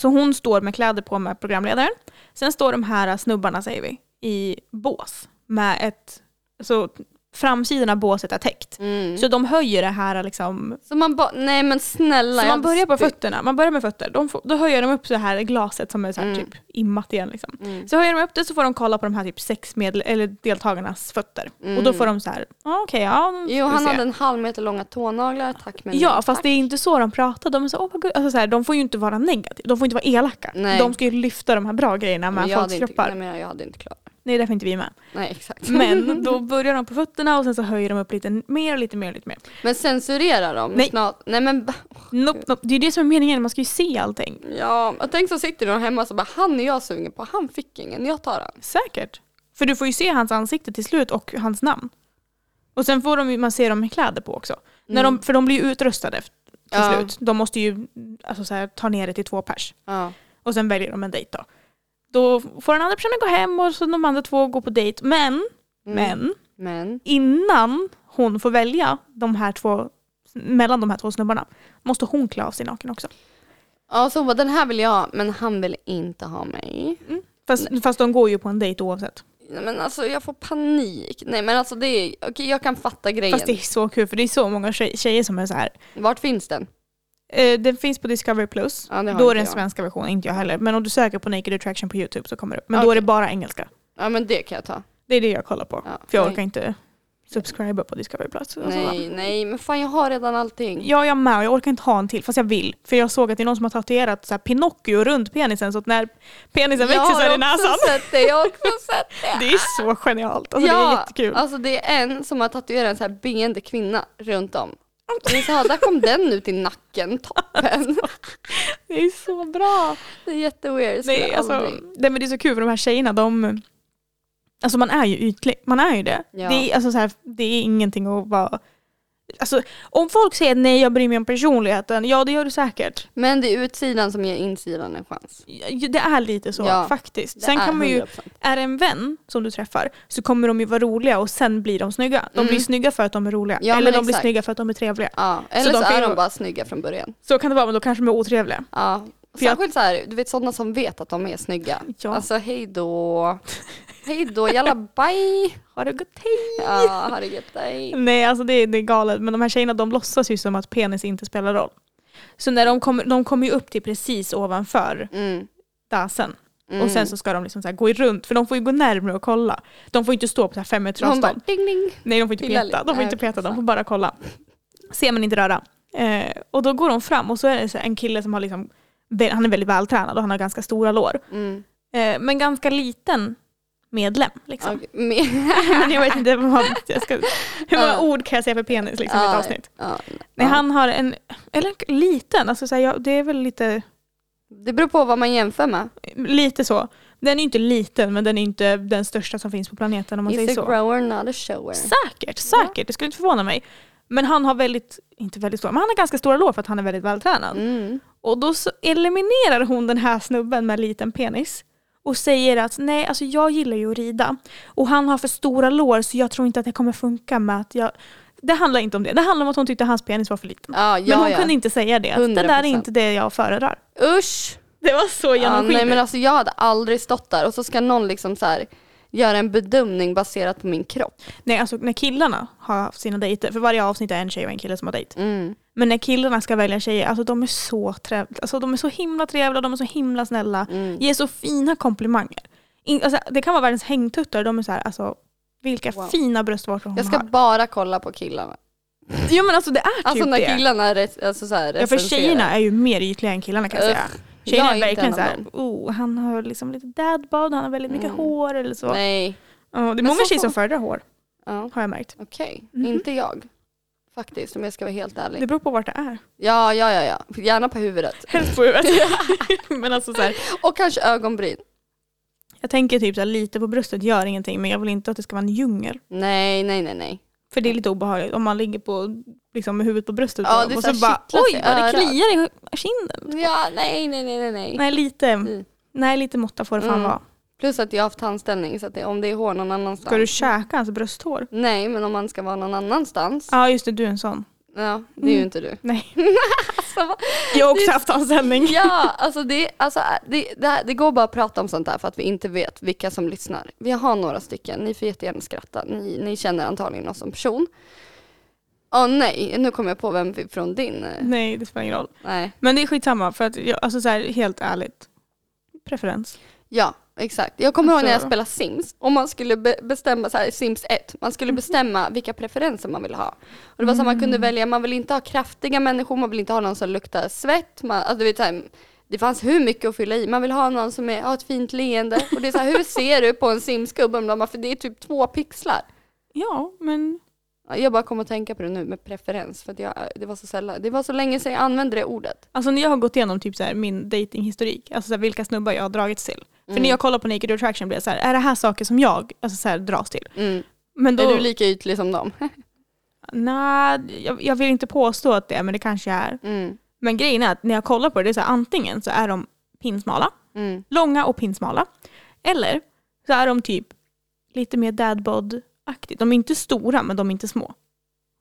Speaker 2: så hon står med kläder på med programledaren. Sen står de här snubbarna, säger vi, i bås. Med ett, så framsidan av båset är täckt.
Speaker 1: Mm.
Speaker 2: Så de höjer det här liksom.
Speaker 1: Så man bara, nej men snälla.
Speaker 2: Så
Speaker 1: jag
Speaker 2: man
Speaker 1: hade
Speaker 2: börjar på
Speaker 1: spytt.
Speaker 2: fötterna. Man börjar med fötter. De får, då höjer de upp så här glaset som är så här
Speaker 1: Mm.
Speaker 2: typ immat igen. Liksom.
Speaker 1: Mm.
Speaker 2: Så höjer de upp det så får de kolla på de här typ sex medel, eller deltagarnas fötter. Och då
Speaker 1: Mm.
Speaker 2: får de så här, ah, okej, ja. nu
Speaker 1: Jo,
Speaker 2: ska vi
Speaker 1: han
Speaker 2: se."
Speaker 1: hade en halv meter långa tånaglar, tack men
Speaker 2: Ja,
Speaker 1: nej,
Speaker 2: fast
Speaker 1: tack.
Speaker 2: det är inte så de pratar. De, är så, oh my God. Alltså, så här, de får ju inte vara negativa, de får inte vara elaka.
Speaker 1: Nej.
Speaker 2: De ska ju lyfta de här bra grejerna
Speaker 1: Men
Speaker 2: med
Speaker 1: jag
Speaker 2: folks
Speaker 1: hade inte,
Speaker 2: kroppar.
Speaker 1: nej, men jag hade inte klarat
Speaker 2: Nej, därför är inte vi med.
Speaker 1: Nej, exakt.
Speaker 2: Men då börjar de på fötterna och sen så höjer de upp lite mer och lite mer och lite mer.
Speaker 1: Men censurerar de?
Speaker 2: Nej.
Speaker 1: Snart, nej men ba-
Speaker 2: Nope, nope. Det är ju det som är meningen, man ska ju se allting.
Speaker 1: ja, och tänk så sitter någon hemma och så bara han är jag sugen på, han fick ingen, jag tar han.
Speaker 2: Säkert. För du får ju se hans ansikte till slut och hans namn. Och sen får de ju, man se dem med kläder på också. När de, för de blir ju utröstade till
Speaker 1: Mm. Ja.
Speaker 2: slut. De måste ju alltså, så här, ta ner det till två pers.
Speaker 1: Ja.
Speaker 2: Och sen väljer de en dejt då. Då får den andra personen gå hem och så de andra två går på dejt. Men,
Speaker 1: Mm.
Speaker 2: men
Speaker 1: Men,
Speaker 2: innan hon får välja de här två, mellan de här två snubbarna måste hon klä av sig naken också.
Speaker 1: ja så hon bara den här vill jag ha, men han vill inte ha mig.
Speaker 2: Fast, fast de går ju på en dejt oavsett.
Speaker 1: Nej, men alltså jag får panik. Nej men alltså det är, okej jag kan fatta grejen.
Speaker 2: Fast det är så kul för det är så många tjej- tjejer som är så här.
Speaker 1: Vart finns den?
Speaker 2: Eh, den finns på Discovery Plus.
Speaker 1: Ja, det har
Speaker 2: Då är
Speaker 1: inte
Speaker 2: den
Speaker 1: jag.
Speaker 2: svenska versionen, inte jag heller. Men om du söker på Naked Attraction på YouTube så kommer det upp. Men då
Speaker 1: Okej.
Speaker 2: är det bara engelska.
Speaker 1: Ja men det kan jag ta.
Speaker 2: Det är det jag kollar på.
Speaker 1: Ja,
Speaker 2: För jag
Speaker 1: nej.
Speaker 2: orkar inte subscriba på Discovery Plus. Alltså, och sådär.
Speaker 1: Nej, nej, men fan jag har redan allting.
Speaker 2: Ja, jag med. Och Jag orkar inte ha en till, fast jag vill. För jag såg att det är någon som har tatuerat så här Pinocchio runt penisen, så att när penisen växer så är det näsan.
Speaker 1: Jag har också sett det, jag har också sett det.
Speaker 2: Det är så genialt. Alltså, Det är jättekul.
Speaker 1: alltså det är en som har tatuerat en så här beende kvinna runt om. Det är så här, där kom den ut i nacken, toppen.
Speaker 2: Alltså. Det är så bra.
Speaker 1: Det är jätteweird.
Speaker 2: Nej,
Speaker 1: skulle
Speaker 2: alltså,
Speaker 1: aldrig-
Speaker 2: nej, men det är så kul för de här tjejerna, de... Alltså man är ju ytlig, man är ju det.
Speaker 1: Ja.
Speaker 2: Det, är, alltså, så här, det är ingenting att vara... Alltså, om folk säger nej jag bryr mig om personligheten, ja det gör du säkert.
Speaker 1: Men det är utsidan som ger insidan en chans.
Speaker 2: Ja, Det är lite så
Speaker 1: Ja.
Speaker 2: faktiskt.
Speaker 1: Det
Speaker 2: Sen
Speaker 1: är
Speaker 2: kan man ju
Speaker 1: 100%.
Speaker 2: är det en vän som du träffar så kommer de ju vara roliga och sen blir de snygga. De
Speaker 1: Mm.
Speaker 2: blir snygga för att de är roliga.
Speaker 1: Ja,
Speaker 2: eller
Speaker 1: men
Speaker 2: de blir
Speaker 1: exakt.
Speaker 2: snygga för att de är trevliga.
Speaker 1: Ja, eller så,
Speaker 2: de kan
Speaker 1: är
Speaker 2: ju-
Speaker 1: de bara snygga från början.
Speaker 2: Så kan det vara, men då kanske de är otrevliga.
Speaker 1: Ja.
Speaker 2: För jag-
Speaker 1: Särskilt så här, du vet sådana som vet att de är snygga.
Speaker 2: Ja.
Speaker 1: Alltså hej då. Hej då, jalla bye.
Speaker 2: Har det gått hej?
Speaker 1: Ja, ha det gött dig.
Speaker 2: Nej, alltså det, är- det är galet. Men de här tjejerna de låtsas ju som att penis inte spelar roll. Så när de kommer, de kommer ju upp till precis ovanför
Speaker 1: Mm.
Speaker 2: dasen.
Speaker 1: Mm.
Speaker 2: Och sen så ska de liksom så här gå runt, för de får ju gå närmare och kolla. De får inte stå på så här fem meter
Speaker 1: Hon bara
Speaker 2: avstånd.
Speaker 1: ding ding.
Speaker 2: Nej, de får inte
Speaker 1: Pilla
Speaker 2: peta.
Speaker 1: lite.
Speaker 2: De får
Speaker 1: Nej,
Speaker 2: inte
Speaker 1: okej,
Speaker 2: peta, de
Speaker 1: fan.
Speaker 2: får bara kolla. Se men inte röra. Eh, och då går de fram och så är det så här en kille som har liksom, vä- han är väldigt vältränad och han har ganska stora lår.
Speaker 1: Mm.
Speaker 2: Eh, men ganska liten medlem. Liksom.
Speaker 1: Okej, men-
Speaker 2: men jag vet inte vad jag ska, hur många
Speaker 1: Ja.
Speaker 2: ord kan jag säga för penis liksom, i
Speaker 1: Ja,
Speaker 2: ett avsnitt.
Speaker 1: ja,
Speaker 2: Nej,
Speaker 1: ja.
Speaker 2: han har en, eller en liten, alltså så här, ja, det är väl lite,
Speaker 1: Det beror på vad man jämför med.
Speaker 2: lite så. Den är ju inte liten men den är inte den största som finns på planeten om man säger
Speaker 1: He's a
Speaker 2: så.
Speaker 1: grower not a shower.
Speaker 2: Säkert, säkert. Det skulle inte förvåna mig. Men han har väldigt, inte väldigt stora, men han har ganska stora lår för att han är väldigt vältränad.
Speaker 1: Mm.
Speaker 2: Och då så eliminerar hon den här snubben med liten penis och säger att nej, alltså jag gillar ju att rida och han har för stora lår så jag tror inte att det kommer funka med att jag... Det handlar inte om det. Det handlar om att hon tyckte hans penis var för liten.
Speaker 1: Ja,
Speaker 2: men
Speaker 1: ja,
Speaker 2: hon
Speaker 1: ja.
Speaker 2: kunde inte säga det. att Det där är
Speaker 1: 100%.
Speaker 2: inte det jag föredrar.
Speaker 1: Usch!
Speaker 2: Det var så
Speaker 1: Ja,
Speaker 2: genomskinligt.
Speaker 1: nej men alltså jag hade aldrig stått där och så ska någon liksom så här göra en bedömning baserat på min kropp.
Speaker 2: nej, alltså när killarna har haft sina dejter, för varje avsnitt är en tjej och en kille som har dejt.
Speaker 1: Mm.
Speaker 2: Men när killarna ska välja tjejer, alltså de är så trevliga. Alltså de är så himla trevliga, de är så himla snälla.
Speaker 1: Mm.
Speaker 2: Ger så fina komplimanger. In, alltså, det kan vara världens hängtuttar, de är så här, alltså vilka
Speaker 1: Wow.
Speaker 2: fina bröstvårtor hon
Speaker 1: Jag ska
Speaker 2: har.
Speaker 1: bara kolla på killarna.
Speaker 2: Jo men alltså det är typ
Speaker 1: Alltså
Speaker 2: det.
Speaker 1: när killarna re- alltså så här
Speaker 2: ja, för
Speaker 1: recenserar.
Speaker 2: tjejerna är ju mer ytliga än killarna kan jag säga.
Speaker 1: Uff,
Speaker 2: Tjejerna
Speaker 1: jag
Speaker 2: är
Speaker 1: inte en
Speaker 2: verkligen
Speaker 1: av
Speaker 2: så här,
Speaker 1: dem.
Speaker 2: oh, han har liksom lite dadbod, han har väldigt mycket
Speaker 1: Mm.
Speaker 2: hår eller så.
Speaker 1: Nej.
Speaker 2: Ja, det är
Speaker 1: Men
Speaker 2: många
Speaker 1: så
Speaker 2: tjejer som
Speaker 1: får-
Speaker 2: föredrar hår,
Speaker 1: Ja,
Speaker 2: har jag märkt.
Speaker 1: Okej,
Speaker 2: Mhm.
Speaker 1: inte jag. Faktiskt om jag ska vara helt
Speaker 2: Det
Speaker 1: ärlig.
Speaker 2: beror på vart det är.
Speaker 1: Ja, ja, ja, ja. Gärna på huvudet.
Speaker 2: Helst på huvudet. men alltså så här,
Speaker 1: Och kanske ögonbryn.
Speaker 2: jag tänker typ så här, lite på bröstet gör ingenting men jag vill inte att det ska vara en djungel.
Speaker 1: Nej, nej, nej, nej.
Speaker 2: För det är lite obehagligt om man ligger på, liksom, med huvudet på bröstet
Speaker 1: Ja,
Speaker 2: på dem
Speaker 1: det är
Speaker 2: och
Speaker 1: så
Speaker 2: så,
Speaker 1: här
Speaker 2: bara
Speaker 1: kittlas i
Speaker 2: oj vad det
Speaker 1: örat."
Speaker 2: kliar i kinden.
Speaker 1: Ja, nej, nej, nej, nej, nej.
Speaker 2: Nej lite,
Speaker 1: Mm.
Speaker 2: nej, lite måtta får det fan
Speaker 1: Mm.
Speaker 2: vara.
Speaker 1: Plus att jag har haft tandställning så att det, om det är hår någon annanstans.
Speaker 2: Ska du käka hans brösthår?
Speaker 1: Nej, men om man ska vara någon annanstans. Ja,
Speaker 2: Ja just det, du är en sån.
Speaker 1: det är ju
Speaker 2: Mm.
Speaker 1: inte du.
Speaker 2: Nej.
Speaker 1: Alltså, va-
Speaker 2: Jag har
Speaker 1: Det
Speaker 2: också
Speaker 1: är-
Speaker 2: haft hans sändning.
Speaker 1: ja, alltså, det, alltså det, det, här, det går bara att prata om sånt där för att vi inte vet vilka som lyssnar. Vi har några stycken, ni får jättegärna skratta. Ni, ni känner antagligen oss som person. Åh nej, nu kommer jag på vem vi- från din... eh,
Speaker 2: Nej det spelar ingen roll.
Speaker 1: Nej.
Speaker 2: Men det är skitsamma för att jag, alltså så här, helt ärligt. Preferens.
Speaker 1: Ja, exakt. Jag kommer ihåg när jag
Speaker 2: Alltså-
Speaker 1: spelade Sims. Om man skulle be- bestämma, så här, Sims 1, man skulle bestämma vilka preferenser man ville ha. Och det var så här, man kunde välja, man vill inte ha kraftiga människor, man vill inte ha någon som luktar svett. Man, alltså, du vet, så här, det fanns hur mycket att fylla i. Man vill ha någon som är, har ett fint leende. Och det är så här, hur ser du på en Sims-gubbe? om de har- För det är typ två pixlar.
Speaker 2: Ja men
Speaker 1: Ja, Jag bara kom att tänka på det nu med preferens, för att jag, det, var så sällan, det var så länge sedan jag använde det ordet.
Speaker 2: alltså när jag har gått igenom typ så här, min datinghistorik, alltså så här, vilka snubbar jag har dragits till. För
Speaker 1: Mm.
Speaker 2: när jag kollar på Naked Attraction blir det så här, är det här saker som jag alltså så här, dras till?
Speaker 1: Mm.
Speaker 2: Men då,
Speaker 1: Är du lika ytlig som dem?
Speaker 2: Nej, jag, jag vill inte påstå att det är, men det kanske jag är.
Speaker 1: Mm.
Speaker 2: Men grejen är att när jag kollar på det, det är så här, antingen så är de pinsmala,
Speaker 1: Mm.
Speaker 2: långa och pinsmala. Eller så är de typ lite mer dadbod-aktigt. De är inte stora, men de är inte små.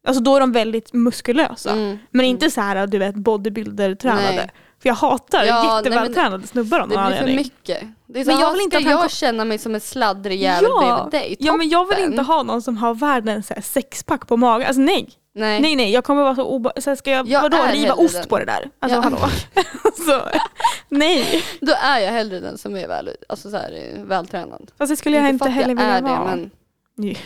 Speaker 2: Alltså då är de väldigt muskulösa.
Speaker 1: Mm.
Speaker 2: Men inte så här, du vet, bodybuilder-tränade.
Speaker 1: Nej.
Speaker 2: För jag hatar
Speaker 1: Ja, nej, men-
Speaker 2: jättevältränade snubbar om
Speaker 1: Det
Speaker 2: någon
Speaker 1: blir för
Speaker 2: anledning.
Speaker 1: mycket. Det är så,
Speaker 2: Men
Speaker 1: men
Speaker 2: jag
Speaker 1: jag
Speaker 2: vill inte att
Speaker 1: ska
Speaker 2: han
Speaker 1: jag
Speaker 2: kom-
Speaker 1: känna mig som en sladdrig jävel
Speaker 2: Ja.
Speaker 1: bredvid dig?
Speaker 2: Ja men jag vill
Speaker 1: Toppen.
Speaker 2: inte ha någon som har världens så här, sexpack på magen. Alltså nej.
Speaker 1: Nej.
Speaker 2: Nej nej, jag kommer vara så oba... Så här, ska jag,
Speaker 1: Jag
Speaker 2: vadå,
Speaker 1: är
Speaker 2: riva
Speaker 1: hellre
Speaker 2: ost
Speaker 1: den.
Speaker 2: på det där? Alltså
Speaker 1: Ja.
Speaker 2: hallå. så, nej.
Speaker 1: Då är jag hellre den som är väl, alltså så här, eh, vältränad.
Speaker 2: Fast det skulle jag inte
Speaker 1: för att
Speaker 2: heller
Speaker 1: jag
Speaker 2: vilja
Speaker 1: är
Speaker 2: vara.
Speaker 1: Det, men
Speaker 2: Nej.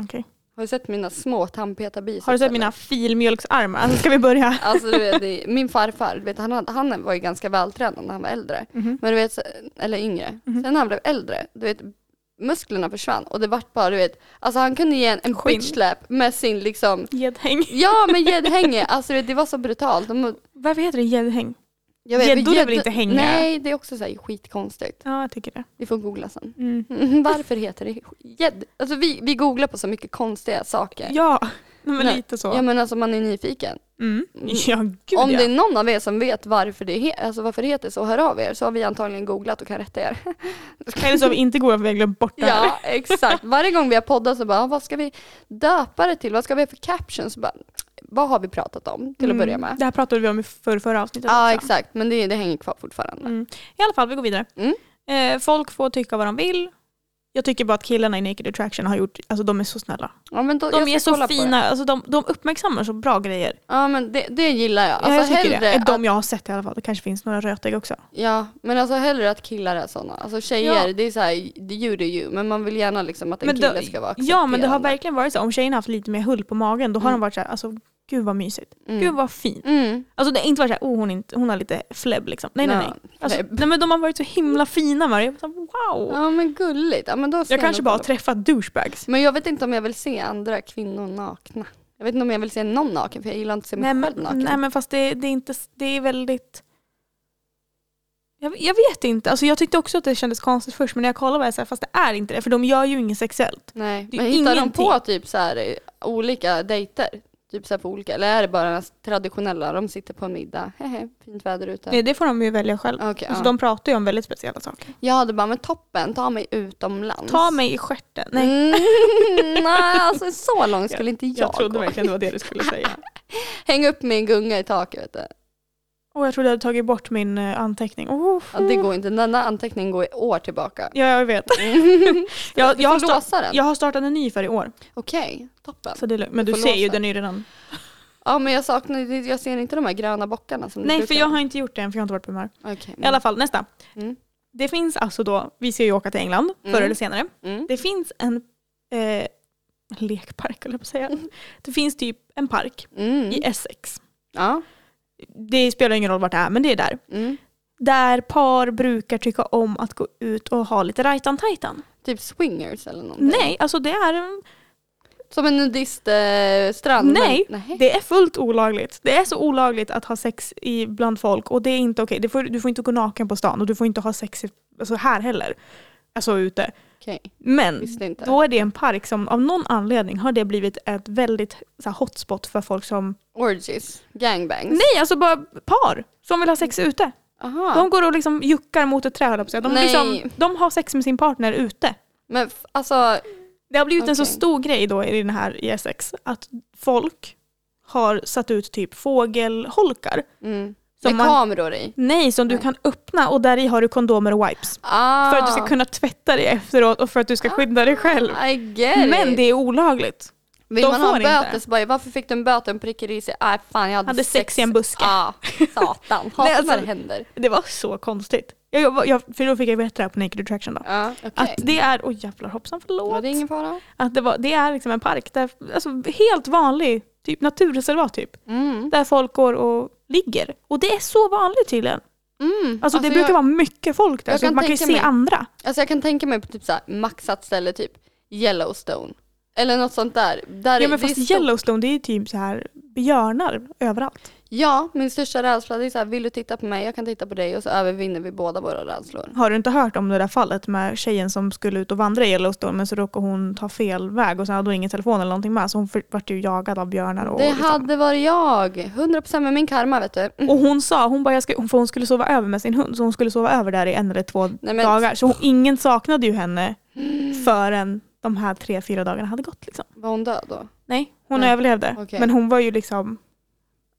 Speaker 2: Okej.
Speaker 1: har Har du sett mina små tandpeta biceps?
Speaker 2: Har du sett
Speaker 1: eller?
Speaker 2: mina filmjölksarmar? Alltså, ska vi börja?
Speaker 1: Alltså du vet, det- min farfar, du vet, han, hade- han var ju ganska vältränad när han var äldre.
Speaker 2: Mhm.
Speaker 1: Men du vet, så- eller yngre. Sen när han blev äldre, du vet, musklerna försvann och det vart bara, du vet, alltså han kunde ge en, en
Speaker 2: Skinn.
Speaker 1: bitch slap med sin liksom,
Speaker 2: Gäddhäng.
Speaker 1: ja men gäddhänge, alltså du vet, det var så brutalt. De,
Speaker 2: Varför heter det gäddhäng?
Speaker 1: jag vet,
Speaker 2: Gäddor lär väl
Speaker 1: gädd-
Speaker 2: inte hänga?
Speaker 1: Nej, det är också så här skitkonstigt.
Speaker 2: Ja, jag tycker det.
Speaker 1: Vi får googla sen.
Speaker 2: Mm.
Speaker 1: Mm, Varför heter det gädd? Alltså vi, vi googlar på så mycket konstiga saker.
Speaker 2: Ja, nej, men
Speaker 1: Nej.
Speaker 2: lite så.
Speaker 1: Ja men alltså man är nyfiken.
Speaker 2: Mm. Ja, gud
Speaker 1: Om
Speaker 2: ja.
Speaker 1: det är någon av er som vet varför det, he- alltså varför det heter så, hör av er så har vi antagligen googlat och kan rätta er.
Speaker 2: Eller så har vi inte går vi har glömt bort det här.
Speaker 1: Ja, exakt. Varje gång vi har poddat så bara, "Ah, vad ska vi döpa det till? Vad ska vi ha för captions? Bara, vad har vi pratat om till att
Speaker 2: Mm.
Speaker 1: börja med?
Speaker 2: Det här pratade vi om i förra, förra avsnittet
Speaker 1: Ja,
Speaker 2: också.
Speaker 1: exakt. Men det, det hänger kvar fortfarande.
Speaker 2: Mm. I alla fall, vi går vidare.
Speaker 1: Mm.
Speaker 2: Eh, folk får tycka vad de vill. Jag tycker bara att killarna i Naked Attraction har gjort, alltså de är så snälla.
Speaker 1: Ja, men då, jag
Speaker 2: De
Speaker 1: ska
Speaker 2: är så
Speaker 1: kolla på det.
Speaker 2: fina, alltså de, de uppmärksammar så bra grejer.
Speaker 1: Ja, men det, det gillar jag.
Speaker 2: ja, jag
Speaker 1: Alltså,
Speaker 2: tycker
Speaker 1: hellre
Speaker 2: det. De
Speaker 1: att,
Speaker 2: jag har sett i alla fall, det kanske finns några rötägg också.
Speaker 1: ja, men alltså hellre att killar är sådana. Alltså tjejer,
Speaker 2: Ja.
Speaker 1: det är så här, you do you. Men man vill gärna liksom att en
Speaker 2: då-
Speaker 1: kille ska vara
Speaker 2: ja men det har
Speaker 1: accepterande.
Speaker 2: verkligen varit så, om tjejerna har haft lite mer hull på magen då har de varit så här, alltså gud vad mysigt. Gud vad fint.
Speaker 1: Mm. Mm.
Speaker 2: Alltså det har inte varit så här, oh hon, är inte, hon har lite flebb liksom. Nej nej
Speaker 1: Ja,
Speaker 2: nej. Alltså,
Speaker 1: flebb.
Speaker 2: nej men de har varit så himla fina med det. Jag, var så här, wow.
Speaker 1: Ja, men gulligt. Ja, men då ska
Speaker 2: jag kanske
Speaker 1: nog
Speaker 2: bara har
Speaker 1: kolla på
Speaker 2: träffat douchebags.
Speaker 1: Men jag vet inte om jag vill se andra kvinnor nakna. Jag vet inte om jag vill se någon naken för jag gillar inte att se mig
Speaker 2: Nej
Speaker 1: själv naken.
Speaker 2: men, nej men fast det, det är inte, det är väldigt jag, jag vet inte, alltså jag tyckte också att det kändes konstigt först men när jag kollade var jag såhär, fast det är inte det för de gör ju inget sexuellt.
Speaker 1: Nej,
Speaker 2: Det är
Speaker 1: men hittar de
Speaker 2: ingenting.
Speaker 1: på typ så här eh, olika dejter? Typ så här på olika, eller är det bara den här traditionella, de sitter på en middag, hehe, fint väder ute.
Speaker 2: Nej det får de ju välja själva.
Speaker 1: Okej,
Speaker 2: Alltså
Speaker 1: ja. Mm.
Speaker 2: de pratar ju om väldigt speciella saker.
Speaker 1: Jag hade bara, men toppen, ta mig utomlands.
Speaker 2: Ta mig i stjärten. Nej.
Speaker 1: Mm, nej, alltså så långt skulle inte Mm. jag,
Speaker 2: Jag trodde
Speaker 1: gå.
Speaker 2: verkligen det var det du skulle säga.
Speaker 1: Häng upp min gunga i taket vet du.
Speaker 2: Och jag trodde jag hade tagit bort min eh, anteckning. Oh.
Speaker 1: Ja, det går inte, den där anteckningen går i år tillbaka.
Speaker 2: Ja, jag vet. jag,
Speaker 1: Du
Speaker 2: jag, har
Speaker 1: får
Speaker 2: sta-
Speaker 1: låsa den.
Speaker 2: jag har startat en ny för i år.
Speaker 1: Okej, toppen.
Speaker 2: Så det är lugnt. Men du
Speaker 1: får
Speaker 2: ser
Speaker 1: låsa.
Speaker 2: ju,
Speaker 1: Mm,
Speaker 2: den är ju redan...
Speaker 1: Ja men jag saknar, jag ser inte de här gröna bockarna som
Speaker 2: Nej,
Speaker 1: du
Speaker 2: för jag har inte gjort det än för jag har inte varit på humör.
Speaker 1: Okej.
Speaker 2: I alla fall, nästa.
Speaker 1: Mm.
Speaker 2: Det finns alltså då, vi ska ju åka till England
Speaker 1: Mm.
Speaker 2: förr eller senare.
Speaker 1: Mm.
Speaker 2: Det finns en eh, lekpark, eller på att säga. Det finns typ en park
Speaker 1: Mm.
Speaker 2: i Essex.
Speaker 1: Ja.
Speaker 2: Det spelar ingen roll vart det är, men det är där.
Speaker 1: Mm.
Speaker 2: Där par brukar tycka om att gå ut och ha lite rajtan-tajtan.
Speaker 1: Typ swingers eller någonting?
Speaker 2: Nej, alltså det är en
Speaker 1: Som en nudiststrand? Eh, strand,
Speaker 2: Nej.
Speaker 1: Men, nej.
Speaker 2: Det är fullt olagligt. Det är så olagligt att ha sex i, bland folk och det är inte okej. Det får, du får inte gå naken på stan och du får inte ha sex i, alltså här heller. Alltså ute.
Speaker 1: Okej,
Speaker 2: Men
Speaker 1: visste inte.
Speaker 2: Mm. då är det en park som av någon anledning har det blivit ett väldigt så här, hotspot för folk som...
Speaker 1: Orgies? Gangbangs?
Speaker 2: Nej, alltså bara par som vill ha sex ute.
Speaker 1: Aha.
Speaker 2: De går och liksom juckar mot ett träd höll jag på att säga. de,
Speaker 1: Nej.
Speaker 2: liksom, de har sex med sin partner ute.
Speaker 1: Men f- alltså,
Speaker 2: Det har blivit en så
Speaker 1: Okej.
Speaker 2: stor grej då i den här i Essex att folk har satt ut typ fågelholkar
Speaker 1: mm.
Speaker 2: Som
Speaker 1: med
Speaker 2: man-
Speaker 1: kameror i?
Speaker 2: Nej, som du
Speaker 1: Nej.
Speaker 2: kan öppna och där i har du kondomer och wipes.
Speaker 1: Ah.
Speaker 2: För att du ska kunna tvätta dig efteråt och för att du ska skydda dig själv.
Speaker 1: I get it.
Speaker 2: Men det är olagligt.
Speaker 1: Vill
Speaker 2: de
Speaker 1: man ha
Speaker 2: får
Speaker 1: en
Speaker 2: inte.
Speaker 1: böter så bara, varför fick du en böter och en prickar i sig? Ah, fan jag hade,
Speaker 2: Hade sex i en buske.
Speaker 1: Ah, satan, hatar
Speaker 2: Nej, alltså-
Speaker 1: när det händer.
Speaker 2: Det var så konstigt. Jag, jag, jag, för då fick jag veta det här på Naked Attraction då.
Speaker 1: Ja, Ah, okej.
Speaker 2: Att det är, oj jävlar hoppsan
Speaker 1: Var
Speaker 2: förlåt.
Speaker 1: det ingen fara?
Speaker 2: Att det, var, det är liksom en park där, alltså helt vanlig, typ naturreservat typ.
Speaker 1: Mm.
Speaker 2: Där folk går och ligger. Och det är så vanligt tydligen. Alltså,
Speaker 1: Mm.
Speaker 2: det brukar
Speaker 1: jag-
Speaker 2: vara mycket folk där
Speaker 1: jag
Speaker 2: så
Speaker 1: kan
Speaker 2: man kan ju
Speaker 1: tänka
Speaker 2: se
Speaker 1: mig-
Speaker 2: andra.
Speaker 1: Alltså jag kan tänka mig på typ så här maxat ställe, typ Yellowstone. Eller något sånt där. där
Speaker 2: Ja men
Speaker 1: det är
Speaker 2: fast
Speaker 1: stort.
Speaker 2: Yellowstone det är ju typ så här björnar överallt.
Speaker 1: Ja, min största rädsla det är så här, vill du titta på mig, jag kan titta på dig och så övervinner vi båda våra rädslor.
Speaker 2: Har du inte hört om det där fallet med tjejen som skulle ut och vandra i Yellowstone men så råkade hon ta fel väg och sen hade hon ingen telefon eller någonting med så hon för- vart ju jagad av björnar. Och,
Speaker 1: Det
Speaker 2: liksom.
Speaker 1: hade varit jag! 100% med min karma vet du. Mm.
Speaker 2: och hon sa, hon, bara, jag ska, för hon skulle sova över med sin hund så hon skulle sova över där i en eller två
Speaker 1: men-
Speaker 2: dagar. Så hon, ingen saknade ju henne förrän de här tre, fyra dagarna hade gått. Liksom.
Speaker 1: Var hon död då?
Speaker 2: Nej, hon
Speaker 1: Nej.
Speaker 2: överlevde.
Speaker 1: Okej.
Speaker 2: Men hon var ju liksom,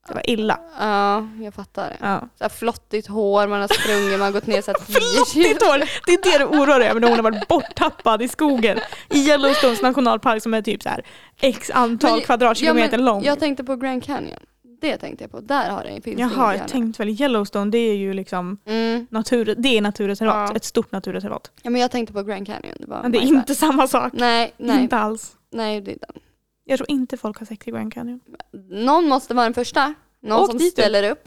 Speaker 2: det var illa.
Speaker 1: Ja, jag fattar det.
Speaker 2: Ja.
Speaker 1: Så här, flottigt hår, man har sprungit, man har gått ner så här tio
Speaker 2: Flottigt
Speaker 1: kilo.
Speaker 2: hår! Det är det du oroar dig över när hon har varit borttappad i skogen i Yellowstones nationalpark som är typ så här x antal
Speaker 1: Men-
Speaker 2: kvadratkilometer
Speaker 1: men
Speaker 2: lång.
Speaker 1: Jag tänkte på Grand Canyon. Det tänkte jag på. Där har det, finns det
Speaker 2: Jaha,
Speaker 1: inga
Speaker 2: jag
Speaker 1: björnar.
Speaker 2: tänkte väl Yellowstone det är ju liksom
Speaker 1: mm.
Speaker 2: natur, det är naturreservat,
Speaker 1: Ja.
Speaker 2: ett stort naturreservat.
Speaker 1: ja, men jag tänkte på Grand Canyon. Det, var
Speaker 2: Men det är
Speaker 1: my
Speaker 2: inte samma sak.
Speaker 1: bad. Nej, nej,
Speaker 2: Inte alls.
Speaker 1: nej det är den.
Speaker 2: Jag tror inte folk har sex i Grand Canyon.
Speaker 1: Någon måste vara den första. Någon
Speaker 2: Åk
Speaker 1: som
Speaker 2: dit du.
Speaker 1: ställer upp.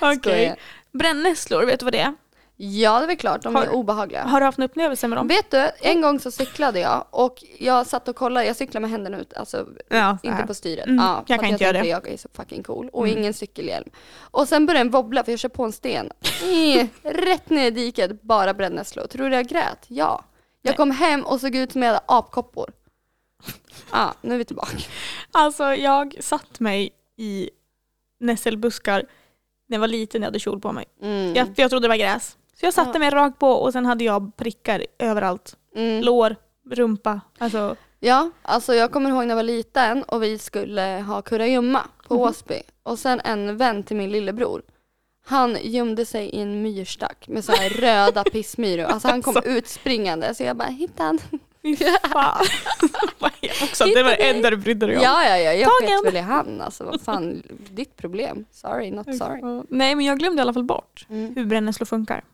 Speaker 2: Okej.
Speaker 1: Skojar.
Speaker 2: Brännässlor, vet du vad det är?
Speaker 1: Ja, det är väl klart. De är
Speaker 2: Har-
Speaker 1: obehagliga.
Speaker 2: Har du haft en upplevelse med dem?
Speaker 1: Vet du, en gång så cyklade jag och jag satt och kollade. Jag cyklade med händerna ut, alltså
Speaker 2: Ja, så här.
Speaker 1: inte på styret.
Speaker 2: Mm,
Speaker 1: ja,
Speaker 2: jag
Speaker 1: för
Speaker 2: kan
Speaker 1: att
Speaker 2: inte göra Mm.
Speaker 1: tänkte Jag är så fucking cool. Och ingen cykelhjälm. Och sen började den wobbla för jag kör på en sten. Eh, Rätt ner i diket, bara brännässlor. Tror du jag grät? Ja. Jag
Speaker 2: Nej.
Speaker 1: kom hem och såg ut som jag hade apkoppor. Ja, nu är vi tillbaka.
Speaker 2: Alltså jag satt mig i nässelbuskar när jag var liten, jag hade kjol på mig.
Speaker 1: Mm.
Speaker 2: Jag, för jag trodde det var gräs. Så jag satte
Speaker 1: Ja.
Speaker 2: mig rakt på och sen hade jag prickar överallt.
Speaker 1: Mm.
Speaker 2: Lår, rumpa, alltså.
Speaker 1: Ja, alltså jag kommer ihåg när jag var liten och vi skulle ha kurragömma på
Speaker 2: Mhm.
Speaker 1: Åsby. Och sen en vän till min lillebror. Han gömde sig i en myrstack med så här röda pissmyror. Alltså han kom
Speaker 2: Alltså.
Speaker 1: utspringande så jag bara hittade han.
Speaker 2: Fy fan. Också, det var det enda du brydde dig om.
Speaker 1: Ja, ja, ja, jag
Speaker 2: Tagen.
Speaker 1: sket väl i han. Alltså vad fan, ditt problem. Sorry, not sorry.
Speaker 2: Nej men jag glömde i alla fall bort
Speaker 1: Mm.
Speaker 2: Mm. hur brännässlor funkar.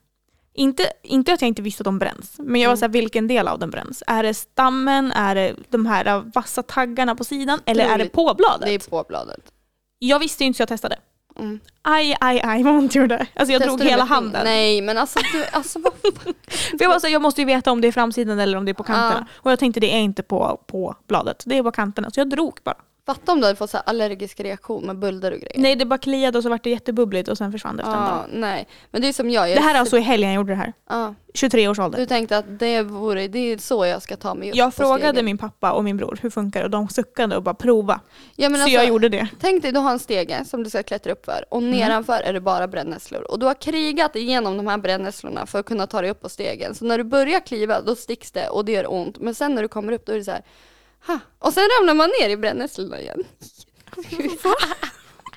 Speaker 2: Inte, inte att jag inte visste att de bränns, men jag var
Speaker 1: Mm.
Speaker 2: såhär, vilken del av den bränns? Är det stammen, är det de här äh, vassa taggarna på sidan eller är det
Speaker 1: Troligt.
Speaker 2: på bladet?
Speaker 1: Det är på bladet.
Speaker 2: Jag visste ju inte så jag testade.
Speaker 1: Mm.
Speaker 2: Aj, aj, aj vad ont det gjorde. Alltså jag
Speaker 1: Testar
Speaker 2: drog
Speaker 1: du
Speaker 2: hela
Speaker 1: med fingret?
Speaker 2: handen.
Speaker 1: Nej, men alltså, du, alltså vad fan.
Speaker 2: För jag var så här, jag måste ju veta om det är framsidan eller om det är på kanterna. Och jag tänkte det är inte på, på bladet, det är på kanterna. Så jag drog bara.
Speaker 1: Fatta om du hade fått så här allergisk reaktion med bulder och grejer.
Speaker 2: Nej det bara kliade och så vart det jättebubbligt och sen försvann det efter en dag.
Speaker 1: Ja, nej. Men det är som jag. jag
Speaker 2: Det här är alltså i helgen jag gjorde det här.
Speaker 1: Ja.
Speaker 2: 23 års ålder.
Speaker 1: Du tänkte att det, vore, det är så jag ska ta mig upp
Speaker 2: Jag
Speaker 1: på
Speaker 2: frågade
Speaker 1: stegen.
Speaker 2: min pappa och min bror hur funkar det och de suckade och bara prova.
Speaker 1: ja, men
Speaker 2: så
Speaker 1: alltså,
Speaker 2: jag gjorde det.
Speaker 1: Tänk dig, du har en stege som du ska klättra upp för och
Speaker 2: Mm.
Speaker 1: nedanför är det bara brännässlor. Och du har krigat igenom de här brännässlorna för att kunna ta dig upp på stegen. Så när du börjar kliva då sticks det och det gör ont. Men sen när du kommer upp då är det så här, ha. Och sen ramlar man ner i brännässlorna igen.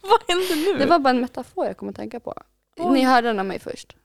Speaker 2: Vad hände nu?
Speaker 1: Det var bara en metafor jag kom att tänka på. Ni hörde den av mig först.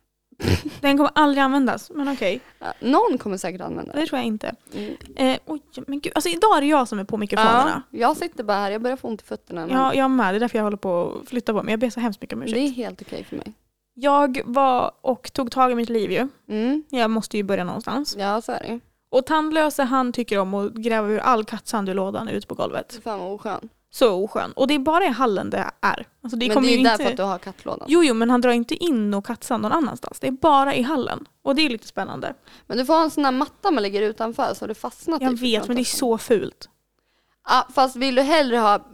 Speaker 2: Den kommer aldrig användas, men okej.
Speaker 1: Ja, Någon kommer säkert använda den.
Speaker 2: Det tror jag inte.
Speaker 1: Mm.
Speaker 2: Eh, oj, men gud. Alltså idag är det jag som är på mikrofonerna.
Speaker 1: jag sitter bara här, jag börjar få ont i fötterna. nu.
Speaker 2: Ja, jag med. Det är därför jag håller på att flytta på mig. Jag ber så hemskt mycket om ursäkt.
Speaker 1: det är helt okej för mig.
Speaker 2: Jag var och tog tag i mitt liv ju.
Speaker 1: Mm.
Speaker 2: Jag måste ju börja någonstans.
Speaker 1: Ja, så är det ju.
Speaker 2: Och tandlöse han tycker om att gräva ur all kattsand ur lådan ut på golvet.
Speaker 1: Fan vad oskön.
Speaker 2: Så oskön. Och det är bara i hallen det är. Alltså det
Speaker 1: men
Speaker 2: kommer
Speaker 1: det är
Speaker 2: ju
Speaker 1: ju därför
Speaker 2: inte...
Speaker 1: att du har kattlådan.
Speaker 2: Jo, jo, men han drar inte in och kattsand någon annanstans. Det är bara i hallen. Och det är lite spännande.
Speaker 1: Men du får ha en sån här matta man lägger utanför så du fastnar
Speaker 2: Jag
Speaker 1: typ i
Speaker 2: vet, men det
Speaker 1: fronten.
Speaker 2: är så fult.
Speaker 1: Ja, fast vill du hellre ha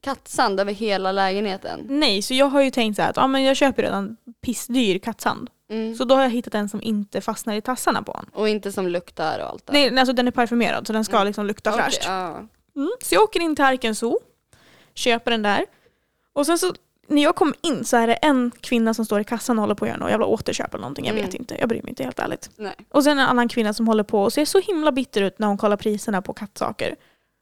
Speaker 1: kattsand över hela lägenheten?
Speaker 2: Nej, så jag har ju tänkt så här att ah, men jag köper redan pissdyr kattsand.
Speaker 1: Mm.
Speaker 2: Så då har jag hittat en som inte fastnar i tassarna på honom.
Speaker 1: Och inte som luktar och allt det.
Speaker 2: Nej, alltså den är parfymerad så den ska liksom lukta
Speaker 1: Okej,
Speaker 2: fräscht.
Speaker 1: Mm. ja.
Speaker 2: Mm. Så jag åker in till Arken Zoo, köper den där. Och sen så när jag kom in så är det en kvinna som står i kassan och håller på att göra något jävla återköp eller någonting. Jag
Speaker 1: Mm.
Speaker 2: vet inte, jag bryr mig inte helt ärligt.
Speaker 1: Nej.
Speaker 2: Och sen en annan kvinna som håller på och ser så himla bitter ut när hon kollar priserna på kattsaker.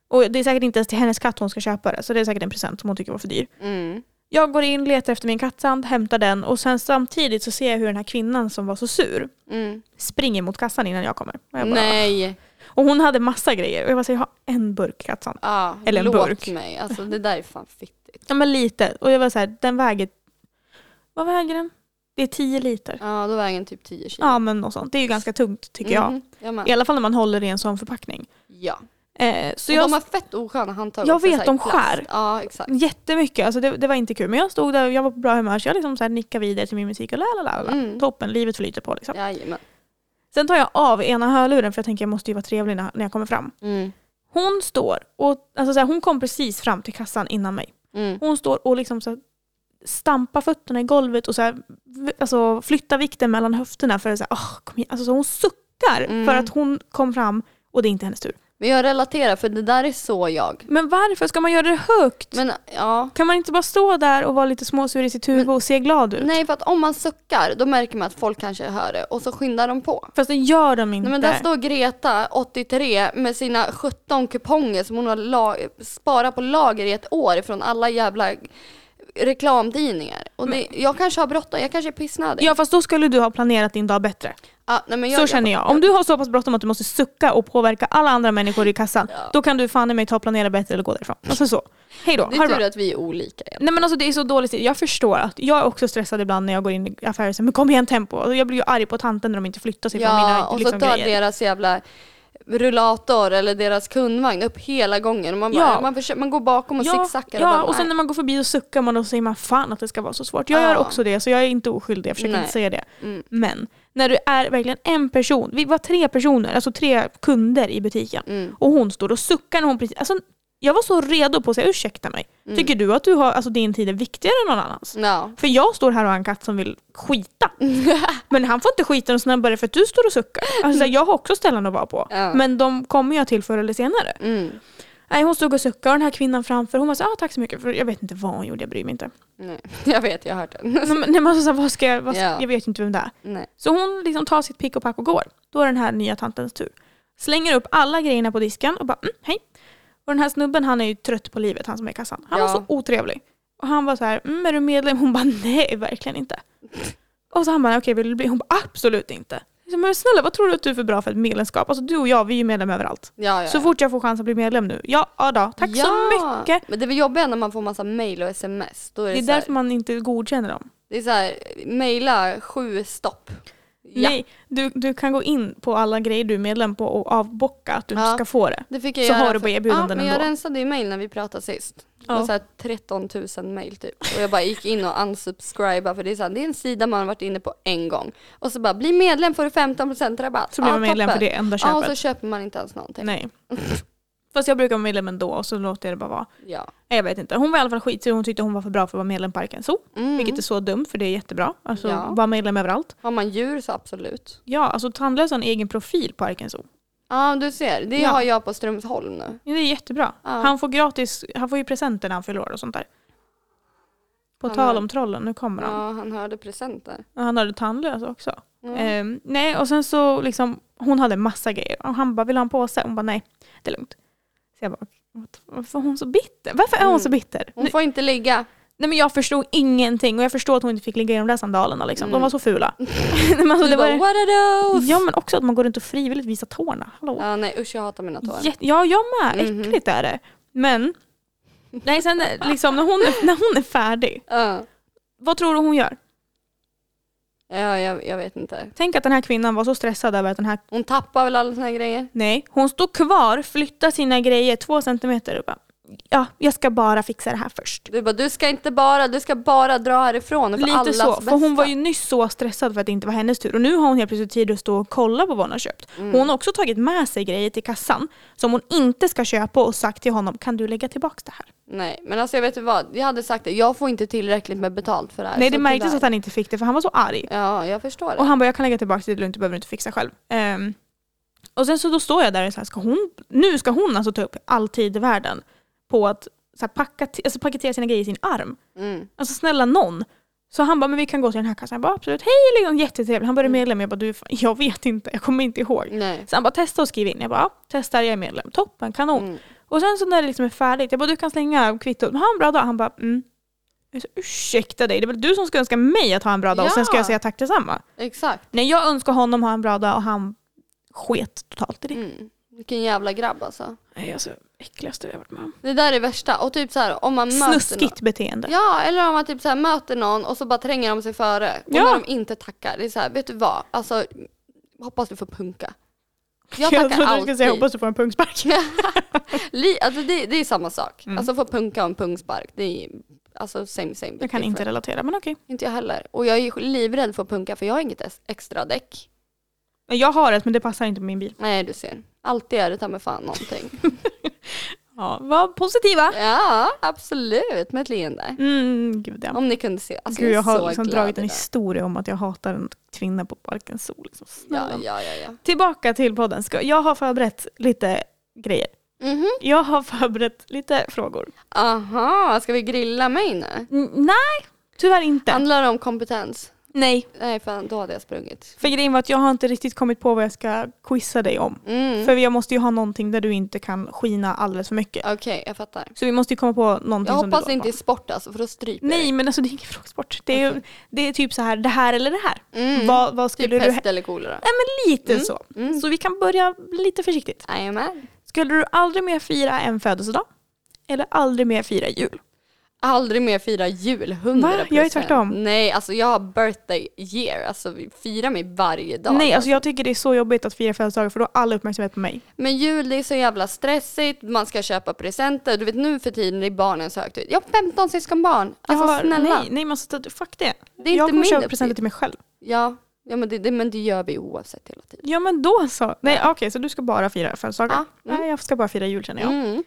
Speaker 2: Och det är säkert inte ens till hennes katt hon ska köpa det, så det är säkert en present som hon tycker var för dyr.
Speaker 1: Mm.
Speaker 2: Jag går in, letar efter min kattsand, hämtar den och sen samtidigt så ser jag hur den här kvinnan som var så sur
Speaker 1: Mm.
Speaker 2: springer mot kassan innan jag kommer. Och, jag bara,
Speaker 1: Nej.
Speaker 2: och hon hade massa grejer och jag bara säger jag har en burk kattsand.
Speaker 1: Ja,
Speaker 2: Eller en
Speaker 1: låt
Speaker 2: burk.
Speaker 1: mig. Alltså det där är fan fittigt.
Speaker 2: Ja men lite. Och jag var så här, den väger... Vad väger den? Det är 10 liter.
Speaker 1: Ja, då väger den typ 10 kilo.
Speaker 2: Ja men något sånt. Det är ju ganska tungt tycker jag.
Speaker 1: Mhm, jag. med.
Speaker 2: I alla fall när man håller i en sån förpackning.
Speaker 1: Ja.
Speaker 2: Eh, så
Speaker 1: och
Speaker 2: jag
Speaker 1: de har fett osköna handtag.
Speaker 2: Jag
Speaker 1: också, så
Speaker 2: vet,
Speaker 1: här
Speaker 2: de
Speaker 1: plast.
Speaker 2: skär.
Speaker 1: Ja, exakt.
Speaker 2: Jättemycket, alltså det, det var inte kul. Men jag stod där och jag var på bra humör så jag liksom så här nickade vidare till min musik och la la la la.
Speaker 1: Mm.
Speaker 2: Toppen, livet flyter på liksom.
Speaker 1: Jajamän.
Speaker 2: Sen tar jag av ena hörluren för jag tänker jag måste ju vara trevlig när, när jag kommer fram.
Speaker 1: Mm.
Speaker 2: Hon står och, alltså så här, hon kom precis fram till kassan innan mig.
Speaker 1: Mm.
Speaker 2: Hon står och liksom så här, stampar fötterna i golvet och så här, v- alltså, flyttar vikten mellan höfterna för att så här, "Åh, kom igen. Alltså, så hon suckar
Speaker 1: Mm.
Speaker 2: för att hon kom fram och det är inte hennes tur.
Speaker 1: Men jag relaterar för det där är så jag.
Speaker 2: Men varför ska man göra det högt?
Speaker 1: Men ja,
Speaker 2: Kan man inte bara stå där och vara lite småsur i sitt huvud och se glad ut?
Speaker 1: Nej, för att om man suckar då märker man att folk kanske hör det och så skyndar de på.
Speaker 2: Fast det gör de inte.
Speaker 1: Nej, men där står Greta, 83, med sina 17 kuponger som hon har la- sparat på lager i ett år från alla jävla reklamtidningar. Och det, jag kanske har bråttom, jag kanske är pissnödig.
Speaker 2: Ja fast då skulle du ha planerat din dag bättre.
Speaker 1: Ja, nej, men
Speaker 2: så känner jag. Om du har så pass bråttom att du måste sucka och påverka alla andra människor i kassan,
Speaker 1: Ja.
Speaker 2: då kan du fan i mig ta och planera bättre eller gå därifrån. Alltså så. Hej då,
Speaker 1: Det
Speaker 2: ha
Speaker 1: är
Speaker 2: det
Speaker 1: tur
Speaker 2: bra.
Speaker 1: att vi är olika. igen.
Speaker 2: Nej men alltså det är så dåligt. Jag förstår att jag är också stressad ibland när jag går in i affärer och säger men kom igen tempo. Alltså, jag blir ju arg på tanten när de inte flyttar sig från
Speaker 1: Ja,
Speaker 2: mina
Speaker 1: och så
Speaker 2: liksom,
Speaker 1: tar
Speaker 2: grejer.
Speaker 1: deras jävla rullator eller deras kundvagn upp hela gången. Och man, bara,
Speaker 2: Ja.
Speaker 1: man, försöker, man går bakom och
Speaker 2: Ja,
Speaker 1: zigzaggar. och,
Speaker 2: ja,
Speaker 1: bara,
Speaker 2: och sen
Speaker 1: nej.
Speaker 2: när man går förbi och suckar man och säger man fan att det ska vara så svårt. Jag
Speaker 1: Ja.
Speaker 2: gör också det så jag är inte oskyldig, jag försöker
Speaker 1: Nej.
Speaker 2: inte säga det.
Speaker 1: Mm.
Speaker 2: Men när du är verkligen en person, vi var tre personer, alltså tre kunder i butiken
Speaker 1: Mm,
Speaker 2: och hon står och suckar när hon precis, alltså jag var så redo på att säga ursäkta mig,
Speaker 1: mm.
Speaker 2: tycker du att du har, alltså din tid är viktigare än någon annans?
Speaker 1: Ja.
Speaker 2: För jag står här och har en katt som vill skita. Men han får inte skita någon snabbare för att du står och suckar. Alltså, jag har också ställen att vara på.
Speaker 1: Ja.
Speaker 2: Men de kommer jag till förr eller senare.
Speaker 1: Mm.
Speaker 2: Nej, hon stod och suckade och den här kvinnan framför hon var så ah, tack så mycket för jag vet inte vad hon gjorde, jag bryr mig inte.
Speaker 1: Nej. Jag vet, jag har hört den.
Speaker 2: Nej, men- nej, men så här, vad ska jag, vad ska,
Speaker 1: Ja.
Speaker 2: jag vet ju inte vem det är.
Speaker 1: Nej.
Speaker 2: Så hon liksom tar sitt pick och pack och går. Då är den här nya tantens tur. Slänger upp alla grejerna på disken och bara mm, hej. Och den här snubben han är ju trött på livet, han som är i kassan. Han
Speaker 1: Ja.
Speaker 2: var så otrevlig. Och han var så här, mm, är du medlem? Hon bara nej, verkligen inte. Och så han bara, okej vill du bli? Hon bara absolut inte. Jag sa, Men snälla vad tror du att du är för bra för ett medlemskap? Alltså du och jag, vi är ju medlem överallt.
Speaker 1: Ja, ja,
Speaker 2: Så
Speaker 1: ja.
Speaker 2: fort jag får chans att bli medlem nu, ja, ja då, tack så
Speaker 1: Ja.
Speaker 2: mycket.
Speaker 1: Men det är väl jobbigare när man får massa mail och sms. Då är det,
Speaker 2: Det är
Speaker 1: så här,
Speaker 2: därför man inte godkänner dem.
Speaker 1: det är så här, mejla sju stopp. Ja.
Speaker 2: Nej, du, du kan gå in på alla grejer du är medlem på och avbocka att du inte
Speaker 1: Ja.
Speaker 2: ska få det.
Speaker 1: Det fick jag
Speaker 2: Så
Speaker 1: göra
Speaker 2: har du bara
Speaker 1: för-
Speaker 2: erbjudanden
Speaker 1: ja, men jag
Speaker 2: ändå.
Speaker 1: rensade ju mail när vi pratade sist. Det
Speaker 2: Ja.
Speaker 1: var så här 13 000 mail typ. Och jag bara gick in och unsubscribade för det är, så här, det är en sida man har varit inne på en gång. Och så bara bli medlem får du 15% rabatt.
Speaker 2: Så blir
Speaker 1: Ja,
Speaker 2: man medlem
Speaker 1: toppen.
Speaker 2: för det enda
Speaker 1: Ja, och
Speaker 2: köpet.
Speaker 1: så köper man inte ens någonting.
Speaker 2: Nej. Fast jag brukar vara medlem ändå och så låter jag det bara vara.
Speaker 1: Ja.
Speaker 2: Nej, Jag vet inte. Hon var i alla fall skitsur. Hon tyckte hon var för bra för att vara medlem på Arken Zoo.
Speaker 1: Mm.
Speaker 2: Vilket är så dumt för det är jättebra. Alltså
Speaker 1: Ja.
Speaker 2: vara medlem överalöst.
Speaker 1: Har man djur så absolut.
Speaker 2: Ja, alltså Tandlös har en egen profil på Arken Zoo.
Speaker 1: Ja, du ser. Det
Speaker 2: Ja.
Speaker 1: har jag på Strömsholm nu.
Speaker 2: Ja, Det är jättebra.
Speaker 1: Ja.
Speaker 2: Han får gratis, han får ju presenter när han fyller år och sånt där. På
Speaker 1: Han
Speaker 2: tal
Speaker 1: är-
Speaker 2: om trollen, nu kommer han.
Speaker 1: Ja, han hörde presenter.
Speaker 2: Och Han hade tandlös också.
Speaker 1: Mm.
Speaker 2: Ehm, nej, och sen så liksom, hon hade massa grejer. Och han bara, vill du ha en påse? Hon bara, nej, det är lugnt. Så jag bara, "What? varför är hon så bitter? Varför är hon
Speaker 1: Mm.
Speaker 2: så bitter?
Speaker 1: Hon får inte ligga.
Speaker 2: Nej men jag förstod ingenting och jag förstod att hon inte fick ligga i de där sandalerna liksom. De
Speaker 1: Mm.
Speaker 2: var så fula. nej, men alltså,
Speaker 1: Du
Speaker 2: det
Speaker 1: bara,
Speaker 2: var,
Speaker 1: what are those?
Speaker 2: ja men också att man går runt och frivilligt visar tårna. Hallå.
Speaker 1: Ja, nej usch jag hatar mina tår.
Speaker 2: Jätte- ja jag med,
Speaker 1: Mhm.
Speaker 2: äckligt är det. Men, nej sen liksom när hon, är, när hon är färdig,
Speaker 1: Ja.
Speaker 2: vad tror du hon gör?
Speaker 1: Ja, jag, jag vet inte.
Speaker 2: Tänk att den här kvinnan var så stressad över att den här
Speaker 1: Hon tappar väl alla såna här grejer.
Speaker 2: Nej, hon står kvar, flyttar sina grejer två centimeter och bara ja, jag ska bara fixa det här först.
Speaker 1: Du bara, du ska inte bara, du ska bara dra härifrån för
Speaker 2: Lite
Speaker 1: allas
Speaker 2: så,
Speaker 1: bästa.
Speaker 2: för hon var ju nyss så stressad för att det inte var hennes tur och nu har hon helt plötsligt tid att stå och kolla på vad hon har köpt.
Speaker 1: Mm.
Speaker 2: Hon har också tagit med sig grejer till kassan som hon inte ska köpa och sagt till honom kan du lägga tillbaka det här?
Speaker 1: Nej, men alltså jag vet ju vad, jag hade sagt det, jag får inte tillräckligt med betalt för det här.
Speaker 2: Nej
Speaker 1: så
Speaker 2: det märktes
Speaker 1: tyvärr.
Speaker 2: att han inte fick det för han var så arg.
Speaker 1: Ja, jag förstår det.
Speaker 2: Och han bara jag kan lägga tillbaka det, det är lugnt, du behöver inte fixa själv. Ehm, och sen så då står jag där och så här, ska hon, nu ska hon alltså ta upp all tid i världen på att så här, packa, alltså, paketera sina grejer i sin arm.
Speaker 1: Mm.
Speaker 2: Alltså snälla någon. Så han bara, men vi kan gå till den här kassan. Jag bara, absolut, hej! Liksom, jättetrevlig. Han bara, är du
Speaker 1: Mm.
Speaker 2: medlem? Jag bara, du, fan, jag vet inte, jag kommer inte ihåg.
Speaker 1: Nej.
Speaker 2: Så han bara, testa och skriv in. Jag bara, ja, testar, jag är medlem. Toppen, kanon.
Speaker 1: Mm.
Speaker 2: Och sen så när det liksom är färdigt, jag bara, du kan slänga kvittot. Men ha en bra dag. Han bara, mm. Jag sa, ursäkta dig, det är väl du som ska önska mig att ha en bra dag och sen ska
Speaker 1: Ja.
Speaker 2: jag säga tack detsamma.
Speaker 1: Exakt.
Speaker 2: Nej, jag önskar honom ha en bra dag och han sket totalt i det.
Speaker 1: Mm. Vilken jävla grabb alltså.
Speaker 2: Nej, alltså äckligaste jag varit med om.
Speaker 1: Det där är värsta. Och typ så här, om man möter någon.
Speaker 2: Snuskigt beteende.
Speaker 1: Ja, eller om man typ så här möter någon och så bara tränger de sig före. Och
Speaker 2: Ja.
Speaker 1: när de inte tackar, det är så här, vet du vad? Alltså, hoppas du får punka. Jag
Speaker 2: jag
Speaker 1: tackar
Speaker 2: trodde du
Speaker 1: alltid.
Speaker 2: skulle säga, hoppas du får en pungspark.
Speaker 1: Li, alltså det, det är samma sak.
Speaker 2: Mm.
Speaker 1: Alltså få punka och en pungspark, det är alltså same same.
Speaker 2: Jag kan inte relatera, men okej.
Speaker 1: Inte jag heller. Och jag är livrädd för att punka för jag har inget es- extra däck.
Speaker 2: Nej, Jag har ett men det passar inte på min bil.
Speaker 1: Nej du ser. Alltid är det ta mig fan någonting.
Speaker 2: Ja, var positiva.
Speaker 1: ja absolut med ett leende.
Speaker 2: Mm, gud ja.
Speaker 1: Om ni kunde se. Alltså,
Speaker 2: Gud, jag
Speaker 1: är
Speaker 2: har
Speaker 1: så
Speaker 2: liksom
Speaker 1: glad
Speaker 2: dragit en
Speaker 1: idag.
Speaker 2: historia om att jag hatar en kvinna på Parken Sol. Liksom.
Speaker 1: Ja,
Speaker 2: Snälla.
Speaker 1: ja, ja. ja.
Speaker 2: Tillbaka till podden. Ska- Jag har förberett lite grejer.
Speaker 1: Mhm.
Speaker 2: Jag har förberett lite frågor.
Speaker 1: Aha, ska vi grilla mig nu?
Speaker 2: Mm, nej, tyvärr inte.
Speaker 1: Handlar det om kompetens?
Speaker 2: nej.
Speaker 1: Nej fan, då hade jag sprungit.
Speaker 2: För grejen var att jag har inte riktigt kommit på vad jag ska quizza dig om.
Speaker 1: Mm.
Speaker 2: För jag måste ju ha någonting där du inte kan skina alldeles för mycket.
Speaker 1: Okej, jag fattar.
Speaker 2: Så vi måste ju komma på någonting
Speaker 1: Jag
Speaker 2: som du
Speaker 1: hoppas
Speaker 2: går
Speaker 1: det inte
Speaker 2: på.
Speaker 1: är sport alltså, för då stryper jag
Speaker 2: Nej, men alltså det är ingen frågesport. Det är, ju- det är typ så här, det här eller det här.
Speaker 1: dig. mm.
Speaker 2: Vad, vad skulle
Speaker 1: Typ
Speaker 2: du...
Speaker 1: pest eller kolera.
Speaker 2: Nej men lite
Speaker 1: Mm.
Speaker 2: så.
Speaker 1: Mm.
Speaker 2: Så vi kan börja lite försiktigt.
Speaker 1: Jajamän.
Speaker 2: Skulle du aldrig mer fira en födelsedag? Eller aldrig mer fira jul?
Speaker 1: Aldrig mer fira jul, 100
Speaker 2: Va? Jag är tvärtom.
Speaker 1: Nej, alltså jag har birthday year, alltså vi firar mig varje dag.
Speaker 2: Nej, alltså jag tycker det är så jobbigt att fira födelsedagar för då har alla uppmärksamhet på mig.
Speaker 1: Men jul det är så jävla stressigt, man ska köpa presenter, du vet nu för tiden är barnens högtid. Jag har 15 syskonbarn, alltså
Speaker 2: jag har,
Speaker 1: snälla.
Speaker 2: Nej, nej men alltså, fuck det.
Speaker 1: Det är inte
Speaker 2: jag
Speaker 1: min
Speaker 2: kommer köpa
Speaker 1: uppgift.
Speaker 2: presenter till mig själv.
Speaker 1: Ja, ja men, det, det, men det gör vi oavsett hela tiden.
Speaker 2: Ja men då så. Nej okej, så du ska bara fira födelsedagar?
Speaker 1: Ja, mm.
Speaker 2: Nej, jag ska bara fira jul känner jag.
Speaker 1: Mm.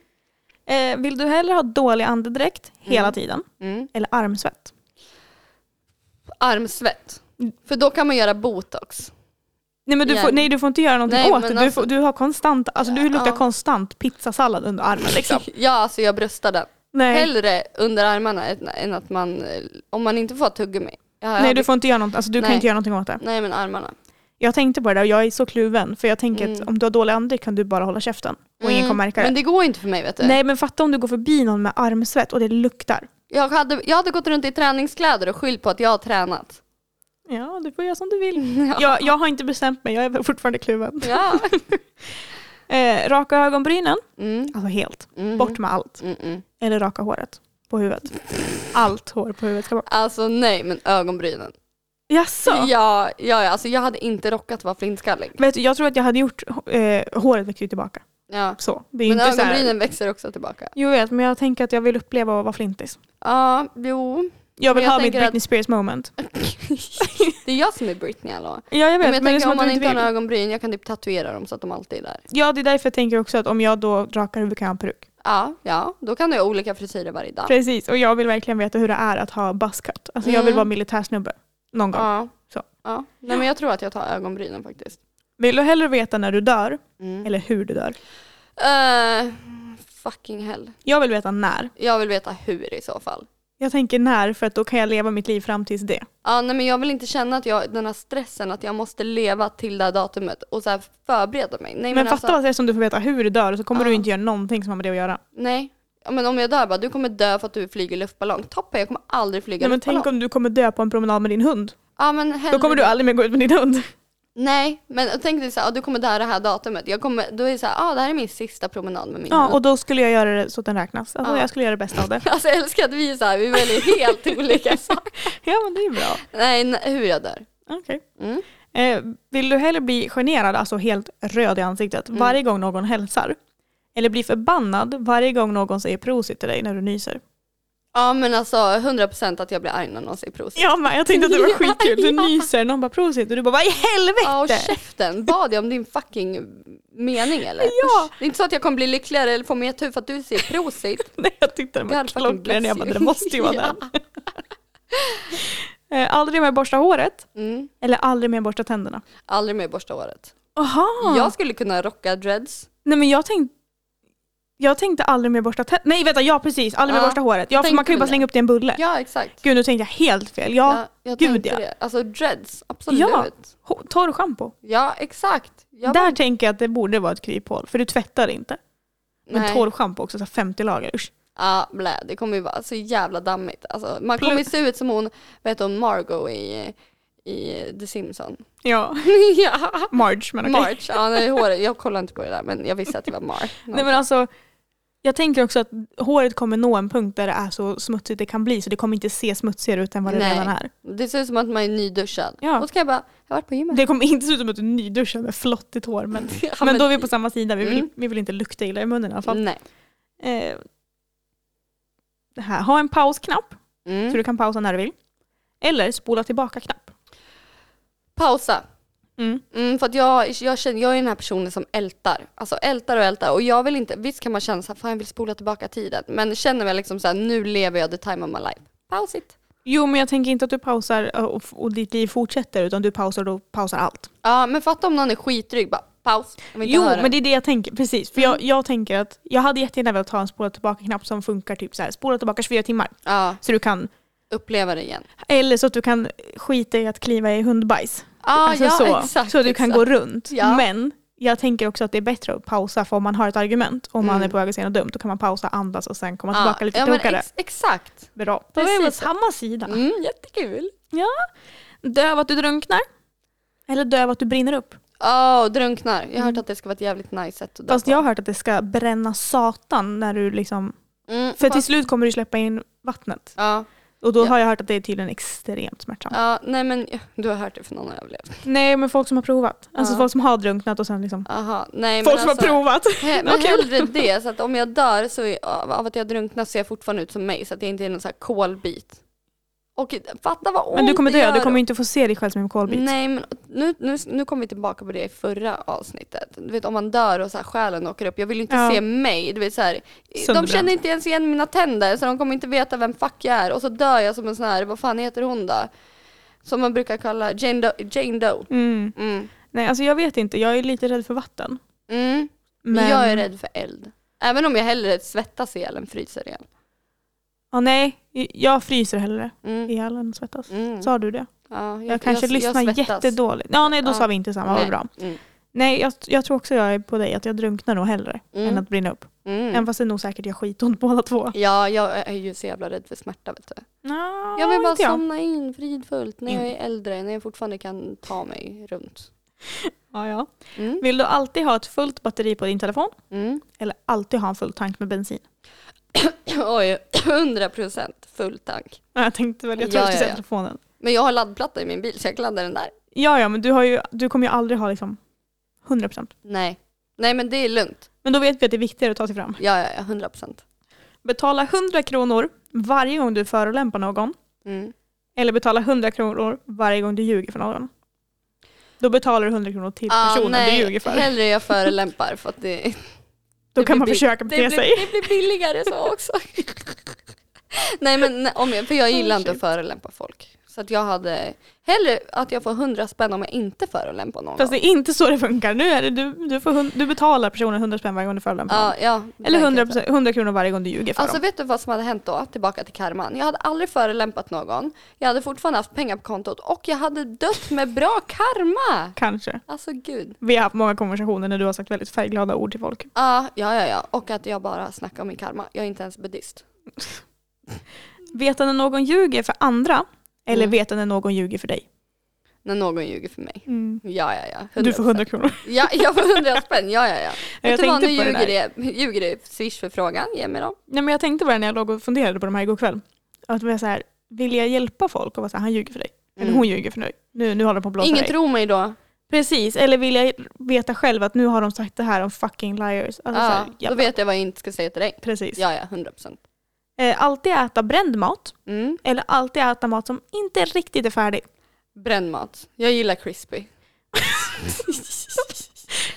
Speaker 2: Eh, vill du hellre ha dålig andedräkt hela tiden
Speaker 1: Mm.
Speaker 2: eller armsvett?
Speaker 1: Armsvett, för då kan man göra botox.
Speaker 2: Nej, men du,
Speaker 1: Igen.
Speaker 2: får, nej du får inte göra någonting
Speaker 1: Nej, men
Speaker 2: åt det. Du,
Speaker 1: alltså-
Speaker 2: får, du, har konstant, alltså, du luktar
Speaker 1: Ja.
Speaker 2: konstant pizzasallad under armen. Liksom.
Speaker 1: Ja, alltså jag bröstar den.
Speaker 2: nej.
Speaker 1: Hellre under armarna än- än att man, eh, om man inte får tuggummi. Jag har
Speaker 2: nej du
Speaker 1: aldrig-
Speaker 2: får inte göra något, alltså, du kan
Speaker 1: Nej.
Speaker 2: inte göra någonting åt det.
Speaker 1: Nej men armarna.
Speaker 2: Jag tänkte på det där och jag är så kluven för jag tänker
Speaker 1: Mm.
Speaker 2: att om du har dålig andedräkt kan du bara hålla käften och ingen
Speaker 1: Mm,
Speaker 2: kommer märka det.
Speaker 1: Men det går inte för mig vet du.
Speaker 2: Nej men fatta om du går förbi någon med armsvett och det luktar.
Speaker 1: Jag, hade, jag hade gått runt i träningskläder och skyllt på att jag har tränat.
Speaker 2: Ja du får göra som du vill.
Speaker 1: Ja.
Speaker 2: Jag, jag har inte bestämt mig, jag är fortfarande kluven.
Speaker 1: ja.
Speaker 2: Eh, raka ögonbrynen,
Speaker 1: Mm,
Speaker 2: alltså helt.
Speaker 1: mhm,
Speaker 2: Bort med allt.
Speaker 1: mm, mm.
Speaker 2: Eller raka håret på huvudet. Allt hår på huvudet ska bort.
Speaker 1: Alltså nej men ögonbrynen.
Speaker 2: Jaså?
Speaker 1: Ja, ja, ja, alltså jag hade inte rockat vara flintskallig.
Speaker 2: Vet du, jag tror att jag hade gjort, eh, håret växer ju tillbaka.
Speaker 1: Ja.
Speaker 2: Så. Det är ju
Speaker 1: Men
Speaker 2: inte så här,
Speaker 1: ögonbrynen växer också tillbaka.
Speaker 2: Jo jag vet, men jag tänker att jag vill uppleva att vara flintis.
Speaker 1: Ja, jo.
Speaker 2: Jag vill
Speaker 1: Men jag
Speaker 2: ha mitt
Speaker 1: tänker att-
Speaker 2: Britney Spears moment.
Speaker 1: Det är jag som är Britney hallå.
Speaker 2: Ja jag
Speaker 1: Men
Speaker 2: vet, men,
Speaker 1: jag
Speaker 2: det är
Speaker 1: tänker om
Speaker 2: som att
Speaker 1: man
Speaker 2: du
Speaker 1: inte
Speaker 2: inte
Speaker 1: har
Speaker 2: vill.
Speaker 1: några ögonbryn, jag kan typ tatuera dem så att de alltid är där.
Speaker 2: Ja det är därför jag tänker också att om jag då rakar huvudet kan jag ha en peruk.
Speaker 1: Ja, ja, då kan du ha olika frisyrer varje dag.
Speaker 2: Precis, och jag vill verkligen veta hur det är att ha buzzcut. Alltså jag vill
Speaker 1: Mm.
Speaker 2: vara militärsnubbe. Någon gång.
Speaker 1: Ja.
Speaker 2: Så.
Speaker 1: ja. Nej men jag tror att jag tar ögonbrynen faktiskt.
Speaker 2: Vill du hellre veta när du dör,
Speaker 1: Mm.
Speaker 2: eller hur du dör?
Speaker 1: Eh, fucking hell.
Speaker 2: Jag vill veta när.
Speaker 1: Jag vill veta hur i så fall.
Speaker 2: Jag tänker när, för att då kan jag leva mitt liv fram tills det.
Speaker 1: Ja, nej, men jag vill inte känna att jag, den här stressen att jag måste leva till det här datumet och så här förbereda mig. Nej,
Speaker 2: Men,
Speaker 1: men
Speaker 2: fatta
Speaker 1: alltså,
Speaker 2: vad det är som du får veta hur du dör och så kommer
Speaker 1: Ja.
Speaker 2: du inte göra någonting som har med det att göra.
Speaker 1: Nej. Ja, men om jag dör bara, du kommer dö för att du flyger luftballong. Toppen, jag kommer aldrig flyga
Speaker 2: Nej, men
Speaker 1: luftballong.
Speaker 2: tänk om du kommer dö på en promenad med din hund.
Speaker 1: ja, men
Speaker 2: Då kommer
Speaker 1: helvete.
Speaker 2: du aldrig mer gå ut med din hund.
Speaker 1: Nej, men tänk dig så här, ja, du kommer dö det här datumet. Jag kommer, då är det så här, ah, det här är min sista promenad med min
Speaker 2: Ja,
Speaker 1: hund.
Speaker 2: och då skulle jag göra det så att den räknas. Alltså,
Speaker 1: Ja.
Speaker 2: Jag skulle göra det bästa av det.
Speaker 1: Alltså jag älskar att vi är så här, vi väljer helt olika saker.
Speaker 2: Ja, men det är bra.
Speaker 1: Nej, nej, hur jag dör.
Speaker 2: Okej.
Speaker 1: Mm.
Speaker 2: Eh, vill du hellre bli generad, alltså helt röd i ansiktet,
Speaker 1: Mm.
Speaker 2: varje gång någon hälsar? Eller bli förbannad varje gång någon säger prosit till dig när du nyser?
Speaker 1: Ja men alltså 100% att jag blir arg när någon säger prosit.
Speaker 2: Ja, men jag tänkte att det var skitkul. Du
Speaker 1: Ja.
Speaker 2: nyser, någon bara prosit och du bara vad i
Speaker 1: Ja och
Speaker 2: helvete?
Speaker 1: käften, bad jag om din fucking mening eller?
Speaker 2: Ja.
Speaker 1: Det är inte så att jag kommer bli lyckligare eller få mer tur för att du säger prosit.
Speaker 2: Nej, jag tyckte den var
Speaker 1: God fucking
Speaker 2: klockren. Jag
Speaker 1: bless
Speaker 2: bara,
Speaker 1: you.
Speaker 2: det måste ju vara
Speaker 1: Ja.
Speaker 2: den. Eh, aldrig mer borsta håret
Speaker 1: Mm.
Speaker 2: eller aldrig mer borsta tänderna?
Speaker 1: Aldrig mer borsta håret.
Speaker 2: Aha.
Speaker 1: Jag skulle kunna rocka dreads.
Speaker 2: Nej men jag tänkte jag tänkte aldrig mer borsta tänderna. Nej vänta, ja precis. Aldrig mer
Speaker 1: Ja,
Speaker 2: borsta håret. Ja, för
Speaker 1: tänkte
Speaker 2: man kan ju
Speaker 1: du
Speaker 2: bara
Speaker 1: det?
Speaker 2: slänga upp det i en bulle.
Speaker 1: Ja exakt.
Speaker 2: Gud nu tänkte jag helt fel. Ja,
Speaker 1: jag, jag
Speaker 2: gud,
Speaker 1: tänkte
Speaker 2: ja.
Speaker 1: det. Alltså dreads, absolut.
Speaker 2: Ja.
Speaker 1: Ja,
Speaker 2: ja. torr schampo.
Speaker 1: exakt. Jag
Speaker 2: Där tänker jag att det borde vara ett kryphål för du tvättar inte. Men
Speaker 1: Nej.
Speaker 2: torr schampo också, så här 50 lager. Usch.
Speaker 1: Ja, blä. Det kommer ju vara så jävla dammigt. Alltså, man kommer ju se ut som hon, vet hon, Margot i, i The Simpsons.
Speaker 2: Ja,
Speaker 1: ja.
Speaker 2: Marge men okej.
Speaker 1: March. Ja, nej, håret. Jag kollar inte på det där men jag visste att det var Mar.
Speaker 2: Nej men alltså, jag tänker också att håret kommer nå en punkt där det är så smutsigt det kan bli så det kommer inte se smutsigare ut än vad det
Speaker 1: Nej.
Speaker 2: redan är.
Speaker 1: Det ser ut som att man är nyduschad.
Speaker 2: Ja.
Speaker 1: Och så kan jag bara, jag har varit på gymmet.
Speaker 2: Det kommer inte se ut som att du nyduschar med flottigt hår men,
Speaker 1: Ja,
Speaker 2: men då är vi på samma sida. Vi vill,
Speaker 1: Mm.
Speaker 2: vi vill inte lukta illa i munnen i alla fall.
Speaker 1: Nej.
Speaker 2: Eh, det här, ha en pausknapp så
Speaker 1: Mm.
Speaker 2: du kan pausa när du vill. Eller spola tillbaka-knapp.
Speaker 1: Pausa.
Speaker 2: Mm.
Speaker 1: Mm, för att jag, jag, känner, jag är den här personen som ältar. Alltså ältar och ältar. Och jag vill inte, visst kan man känna så här, fan jag vill spola tillbaka tiden. Men känner jag liksom så här, nu lever jag the time of my life. Paus it.
Speaker 2: Jo, men jag tänker inte att du pausar eh, och, och ditt liv fortsätter utan du pausar och då pausar allt.
Speaker 1: Ja men fatta om någon är skitdryg, bara paus. Jag vill inte
Speaker 2: Jo,
Speaker 1: höra. Mm.
Speaker 2: men det är det jag tänker. Precis. För jag, jag tänker att jag hade jättegärna velat ha en spola tillbaka-knapp som funkar typ så här, spola tillbaka 24 timmar.
Speaker 1: Ja,
Speaker 2: Så du kan,
Speaker 1: uppleva det igen.
Speaker 2: eller så att du kan skita i att kliva i hundbajs.
Speaker 1: Ja,
Speaker 2: Alltså
Speaker 1: ja
Speaker 2: så,
Speaker 1: exakt.
Speaker 2: så att du kan
Speaker 1: exakt.
Speaker 2: gå runt.
Speaker 1: Ja.
Speaker 2: Men jag tänker också att det är bättre att pausa för om man har ett argument och om man
Speaker 1: Mm.
Speaker 2: är på väg att säga något dumt då kan man pausa, andas och sen komma
Speaker 1: Ja,
Speaker 2: tillbaka lite
Speaker 1: ja, men
Speaker 2: klokare.
Speaker 1: ex- exakt.
Speaker 2: Bra. Då är vi på
Speaker 1: precis.
Speaker 2: samma sida.
Speaker 1: Mm, jättekul.
Speaker 2: Döv att du drunknar. Eller döv att du brinner upp.
Speaker 1: Åh, drunknar. Jag har hört
Speaker 2: Mm.
Speaker 1: att det ska vara ett jävligt nice sätt att dö
Speaker 2: Fast
Speaker 1: på.
Speaker 2: jag har hört att det ska bränna satan när du liksom
Speaker 1: Mm,
Speaker 2: För
Speaker 1: fast-
Speaker 2: till slut kommer du släppa in vattnet.
Speaker 1: Ja,
Speaker 2: Och då
Speaker 1: Ja.
Speaker 2: har jag hört att det är tydligen extremt smärtsamt.
Speaker 1: ja, nej men du har hört det från någon jag överlevt.
Speaker 2: Nej men folk som har provat. Alltså
Speaker 1: Ja.
Speaker 2: folk som har drunknat och sen liksom.
Speaker 1: Aha, nej
Speaker 2: folk
Speaker 1: men
Speaker 2: som har
Speaker 1: alltså,
Speaker 2: provat.
Speaker 1: he,
Speaker 2: Vad
Speaker 1: Men
Speaker 2: kul.
Speaker 1: hellre det, så att om jag dör så är, av av att jag drunknar ser jag fortfarande ut som mig så att jag inte är någon sån här kolbit. Och fatta vad ont
Speaker 2: Men du kommer
Speaker 1: det
Speaker 2: dö,
Speaker 1: gör
Speaker 2: Oh, du kommer inte få se dig själv som en kolbit.
Speaker 1: Nej men nu, nu, nu kommer vi tillbaka på det i förra avsnittet. Du vet om man dör och så här, själen åker upp. Jag vill ju inte
Speaker 2: Ja.
Speaker 1: se mig. Du vet, så här, de
Speaker 2: Sönderbränd.
Speaker 1: känner inte ens igen mina tänder så de kommer inte veta vem fuck jag är. Och så dör jag som en sån här, vad fan heter hon då? Som man brukar kalla Jane Doe. Jane Doe.
Speaker 2: Mm.
Speaker 1: Mm.
Speaker 2: Nej alltså jag vet inte, jag är lite rädd för vatten.
Speaker 1: Mm. Men
Speaker 2: Men...
Speaker 1: jag är rädd för eld. Även om jag hellre svettas ihjäl än fryser ihjäl.
Speaker 2: Ja, nej, jag fryser hellre
Speaker 1: Mm.
Speaker 2: ihjäl än svettas.
Speaker 1: Mm.
Speaker 2: Sa du det?
Speaker 1: Ja,
Speaker 2: Jag, kanske lyssnar
Speaker 1: svettas.
Speaker 2: jättedåligt. Ja, nej då
Speaker 1: Ja.
Speaker 2: sa vi inte samma, vad
Speaker 1: Nej.
Speaker 2: bra.
Speaker 1: Mm.
Speaker 2: Nej jag, jag tror också jag är på dig, att jag drunknar nog hellre
Speaker 1: Mm.
Speaker 2: än att brinna upp. Även
Speaker 1: Mm.
Speaker 2: fast det nog säkert gör skitont båda två.
Speaker 1: Ja, jag är ju så jävla rädd för smärta vet du.
Speaker 2: No,
Speaker 1: Jag vill bara
Speaker 2: jag.
Speaker 1: somna in fridfullt när jag
Speaker 2: Mm.
Speaker 1: är äldre, när jag fortfarande kan ta mig runt.
Speaker 2: Ja, ja.
Speaker 1: Mm.
Speaker 2: Vill du alltid ha ett fullt batteri på din telefon?
Speaker 1: Mm.
Speaker 2: Eller alltid ha en full tank med bensin?
Speaker 1: Oj, 100 procent full tank.
Speaker 2: Ja, Jag tänkte väl, jag tror
Speaker 1: Ja,
Speaker 2: att du
Speaker 1: ja,
Speaker 2: säger
Speaker 1: ja.
Speaker 2: telefonen.
Speaker 1: Men jag har laddplatta i min bil så jag kan ladda den där.
Speaker 2: Ja, ja, men du, har ju, du kommer ju aldrig ha liksom 100%.
Speaker 1: Nej. Nej men det är lugnt.
Speaker 2: Men då vet vi att det är viktigare att ta sig fram.
Speaker 1: Ja, ja, ja 100 procent.
Speaker 2: Betala 100 kronor varje gång du förolämpar någon.
Speaker 1: Mm.
Speaker 2: Eller betala 100 kronor varje gång du ljuger för någon. Då betalar du 100 kronor till
Speaker 1: Ah,
Speaker 2: personen
Speaker 1: nej,
Speaker 2: du ljuger för.
Speaker 1: hellre jag förelämpar för att det,
Speaker 2: Då
Speaker 1: det
Speaker 2: kan
Speaker 1: blir
Speaker 2: man
Speaker 1: bi-
Speaker 2: försöka
Speaker 1: det,
Speaker 2: bete
Speaker 1: blir,
Speaker 2: sig.
Speaker 1: det blir billigare så också. Nej men nej, om jag, för jag gillar
Speaker 2: Oh,
Speaker 1: inte att
Speaker 2: shit.
Speaker 1: förelämpa folk. Så att jag hade hellre att jag får 100 spänn om jag inte förelämpar någon.
Speaker 2: Fast det är inte så det funkar. Nu är det, du, du, får, hun- du betalar personen 100 spänn varje gång du förolämpar
Speaker 1: Ja,
Speaker 2: honom.
Speaker 1: ja,
Speaker 2: Eller
Speaker 1: verkligen.
Speaker 2: 100, 100 kronor varje gång du ljuger för
Speaker 1: Alltså
Speaker 2: dem.
Speaker 1: vet du vad som hade hänt då? Tillbaka till karman. Jag hade aldrig förelämpat någon. Jag hade fortfarande haft pengar på kontot och jag hade dött med bra karma.
Speaker 2: Kanske.
Speaker 1: Alltså gud.
Speaker 2: Vi har haft många konversationer när du har sagt väldigt färgglada ord till folk.
Speaker 1: Ja, ja, ja, ja. Och att jag bara snackar om min karma. Jag är inte ens buddhist.
Speaker 2: Veta när någon ljuger för andra eller
Speaker 1: Mm.
Speaker 2: veta när någon ljuger för dig.
Speaker 1: När någon ljuger för mig. Ja, ja, ja. 100%.
Speaker 2: Du får 100 kronor.
Speaker 1: Ja, jag får 100 spänn. Ja, ja, ja.
Speaker 2: Jag
Speaker 1: Vet du vad, nu
Speaker 2: tänkte på det
Speaker 1: ljuger det. Ljuger det. Swish-förfrågan. Ge mig dem.
Speaker 2: Nej, men jag tänkte på det när jag låg och funderade på de här igår kväll. Att jag så här, vill jag hjälpa folk och vara så här, han ljuger för dig. Eller
Speaker 1: Mm.
Speaker 2: hon ljuger för dig. Nu, nu håller de på att blåsa
Speaker 1: Ingen
Speaker 2: dig. Alltså,
Speaker 1: tror mig då.
Speaker 2: Precis, eller vill jag veta själv att nu har de sagt det här om fucking liars. Alltså, så
Speaker 1: Ja,
Speaker 2: här,
Speaker 1: då
Speaker 2: jävla-
Speaker 1: vet jag vad jag inte ska säga till dig.
Speaker 2: Precis.
Speaker 1: Ja, ja. 100 procent.
Speaker 2: Eh, alltid äta bränd mat
Speaker 1: Mm.
Speaker 2: eller alltid äta mat som inte riktigt är färdig.
Speaker 1: Brännmat. Jag gillar crispy.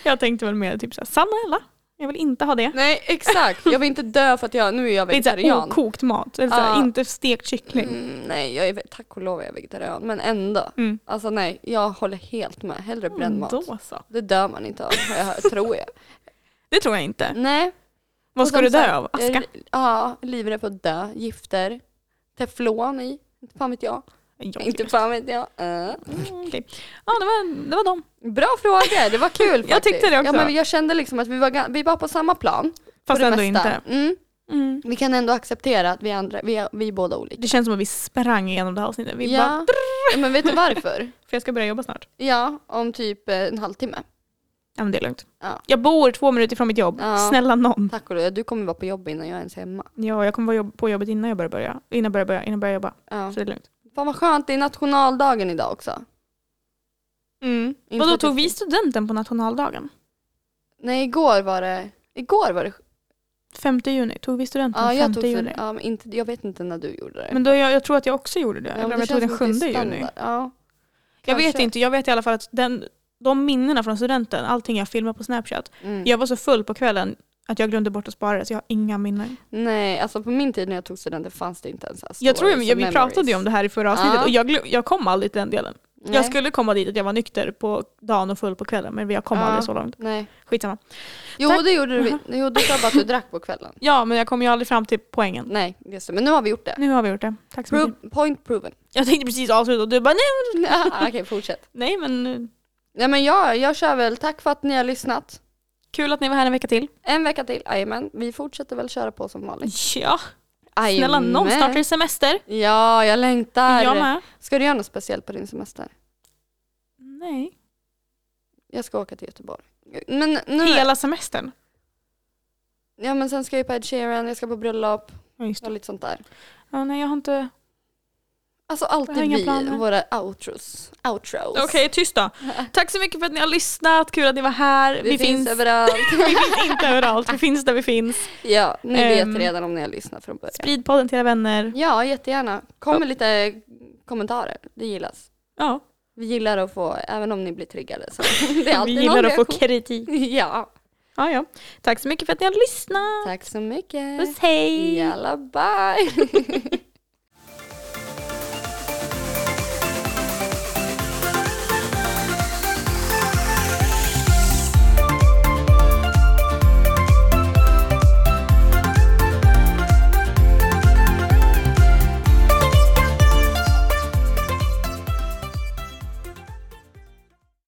Speaker 2: jag tänkte väl mer typ så här, salmonella. Jag vill inte ha det.
Speaker 1: Nej exakt, jag vill inte dö för att jag, nu är jag
Speaker 2: Det är så här,
Speaker 1: vegetarian.
Speaker 2: okokt mat, eller så här,
Speaker 1: Ja.
Speaker 2: inte stekt kyckling.
Speaker 1: Mm, nej, jag är, tack och lov är jag vegetarian, men ändå.
Speaker 2: Mm.
Speaker 1: Alltså nej, jag håller helt med. Hellre bränd mat.
Speaker 2: Då så.
Speaker 1: Det dör man inte av, har jag hört, tror jag.
Speaker 2: Det tror jag inte.
Speaker 1: Nej.
Speaker 2: Vad
Speaker 1: Mm. och
Speaker 2: ska
Speaker 1: som
Speaker 2: du dö
Speaker 1: sagt,
Speaker 2: av? Aska?
Speaker 1: eh, Ja, livrädd på att dö, gifter, teflon i, inte fan vet jag.
Speaker 2: Jag
Speaker 1: inte fan vet jag. Eh.
Speaker 2: Mm, okej. Ja, det var, det var dem.
Speaker 1: Bra frågor, det var kul faktiskt.
Speaker 2: Jag tyckte det också.
Speaker 1: Ja, men jag kände liksom att vi var, ga- vi var på samma plan. på
Speaker 2: Fast
Speaker 1: det
Speaker 2: ändå
Speaker 1: mesta.
Speaker 2: inte.
Speaker 1: Mm.
Speaker 2: Mm.
Speaker 1: Vi kan ändå acceptera att vi, andra, vi, är, vi är båda olika.
Speaker 2: Det känns som att vi sprang igenom det här avsnittet. Vi bara,
Speaker 1: ja. Ja, men vet du varför?
Speaker 2: för jag ska börja jobba snart.
Speaker 1: Ja, om typ eh, en halvtimme.
Speaker 2: Ja, men det är lugnt.
Speaker 1: Ja.
Speaker 2: Jag bor två minuter ifrån mitt jobb.
Speaker 1: Ja.
Speaker 2: Snälla någon.
Speaker 1: Tack och lov, du kommer vara på jobb innan jag ens är hemma.
Speaker 2: Ja, jag kommer vara jobb- på jobbet innan jag börjar börja. Innan jag börjar börja, innan jag börjar jobba.
Speaker 1: Ja.
Speaker 2: Så det är lugnt.
Speaker 1: Fan vad skönt, det är nationaldagen idag också.
Speaker 2: Mm.
Speaker 1: Inte
Speaker 2: Vadå,
Speaker 1: att det
Speaker 2: tog vi
Speaker 1: finns-
Speaker 2: studenten på nationaldagen?
Speaker 1: Nej, igår var det... Igår var det...
Speaker 2: 5 juni. Tog vi studenten
Speaker 1: Ja, jag,
Speaker 2: 5
Speaker 1: tog
Speaker 2: juni?
Speaker 1: för, ja, men inte, jag vet inte när du gjorde det.
Speaker 2: Men då, jag, jag tror att jag också gjorde det.
Speaker 1: Ja, men
Speaker 2: Eller om
Speaker 1: det
Speaker 2: jag
Speaker 1: känns
Speaker 2: tog den 7
Speaker 1: som att det är
Speaker 2: juni.
Speaker 1: standard. Ja.
Speaker 2: Jag vet
Speaker 1: Kanske.
Speaker 2: inte, jag vet i alla fall att den, de minnena från studenten, allting jag filmar på Snapchat,
Speaker 1: Mm.
Speaker 2: jag var så full på kvällen att jag glömde bort att spara det så jag har inga minnen.
Speaker 1: Nej, alltså på min tid när jag tog studenten fanns det inte ens här
Speaker 2: Jag tror
Speaker 1: stories
Speaker 2: jag,
Speaker 1: och
Speaker 2: vi
Speaker 1: memories.
Speaker 2: pratade ju om det här i förra avsnittet
Speaker 1: Ja.
Speaker 2: och jag, glö- jag kom aldrig till den delen.
Speaker 1: Nej.
Speaker 2: Jag skulle komma dit att jag var nykter på dagen och full på kvällen men jag kom
Speaker 1: Ja.
Speaker 2: aldrig så långt.
Speaker 1: Nej.
Speaker 2: Skitsamma.
Speaker 1: Jo,
Speaker 2: Tack.
Speaker 1: det gjorde du. Jo, du sa bara att du drack på kvällen.
Speaker 2: Ja men jag kom ju aldrig fram till poängen.
Speaker 1: Nej, just det. Men nu har vi gjort det.
Speaker 2: Nu har vi gjort det. Tack så mycket.
Speaker 1: Pro- point proven. Ah,
Speaker 2: Jag tänkte precis avsluta och du bara nej,
Speaker 1: Okej, fortsätt.
Speaker 2: nej men eh,
Speaker 1: Nej, men jag, jag kör väl. Tack för att ni har lyssnat.
Speaker 2: kul att ni var här en vecka till.
Speaker 1: En vecka till, jajamän. Vi fortsätter väl köra på som vanligt.
Speaker 2: Ja, snälla någon
Speaker 1: Jajamän.
Speaker 2: snart är det semester.
Speaker 1: Ja, jag längtar.
Speaker 2: Jag med.
Speaker 1: Ska du göra något speciellt på din semester?
Speaker 2: Nej.
Speaker 1: Jag ska åka till Göteborg. Men nu...
Speaker 2: Hela semestern.
Speaker 1: Ja men sen ska jag ju på Ed Sheeran, jag ska på bröllop
Speaker 2: Ja, just
Speaker 1: och
Speaker 2: det.
Speaker 1: lite sånt där.
Speaker 2: Ja, nej, jag har inte...
Speaker 1: Alltså
Speaker 2: Jag har
Speaker 1: alltid
Speaker 2: inga
Speaker 1: vi,
Speaker 2: planer.
Speaker 1: våra outros. outros.
Speaker 2: Okej, tyst då. Tack så mycket för att ni har lyssnat. Kul att ni var här.
Speaker 1: Vi, finns, överallt.
Speaker 2: vi finns inte överallt. Vi finns där vi finns.
Speaker 1: Ja, ni
Speaker 2: Ehm,
Speaker 1: vet redan om ni har lyssnat från början.
Speaker 2: Sprid podden till era vänner.
Speaker 1: Ja, jättegärna. Kom med lite kommentarer, det gillas.
Speaker 2: Ja,
Speaker 1: Vi gillar att få, även om ni blir triggade. Så det är
Speaker 2: vi
Speaker 1: alltid
Speaker 2: gillar
Speaker 1: någon
Speaker 2: att få
Speaker 1: reaktion.
Speaker 2: kritik.
Speaker 1: Ja,
Speaker 2: Ja, ja. Tack så mycket för att ni har lyssnat.
Speaker 1: tack så mycket.
Speaker 2: Puss, hej!
Speaker 1: Jalla, bye!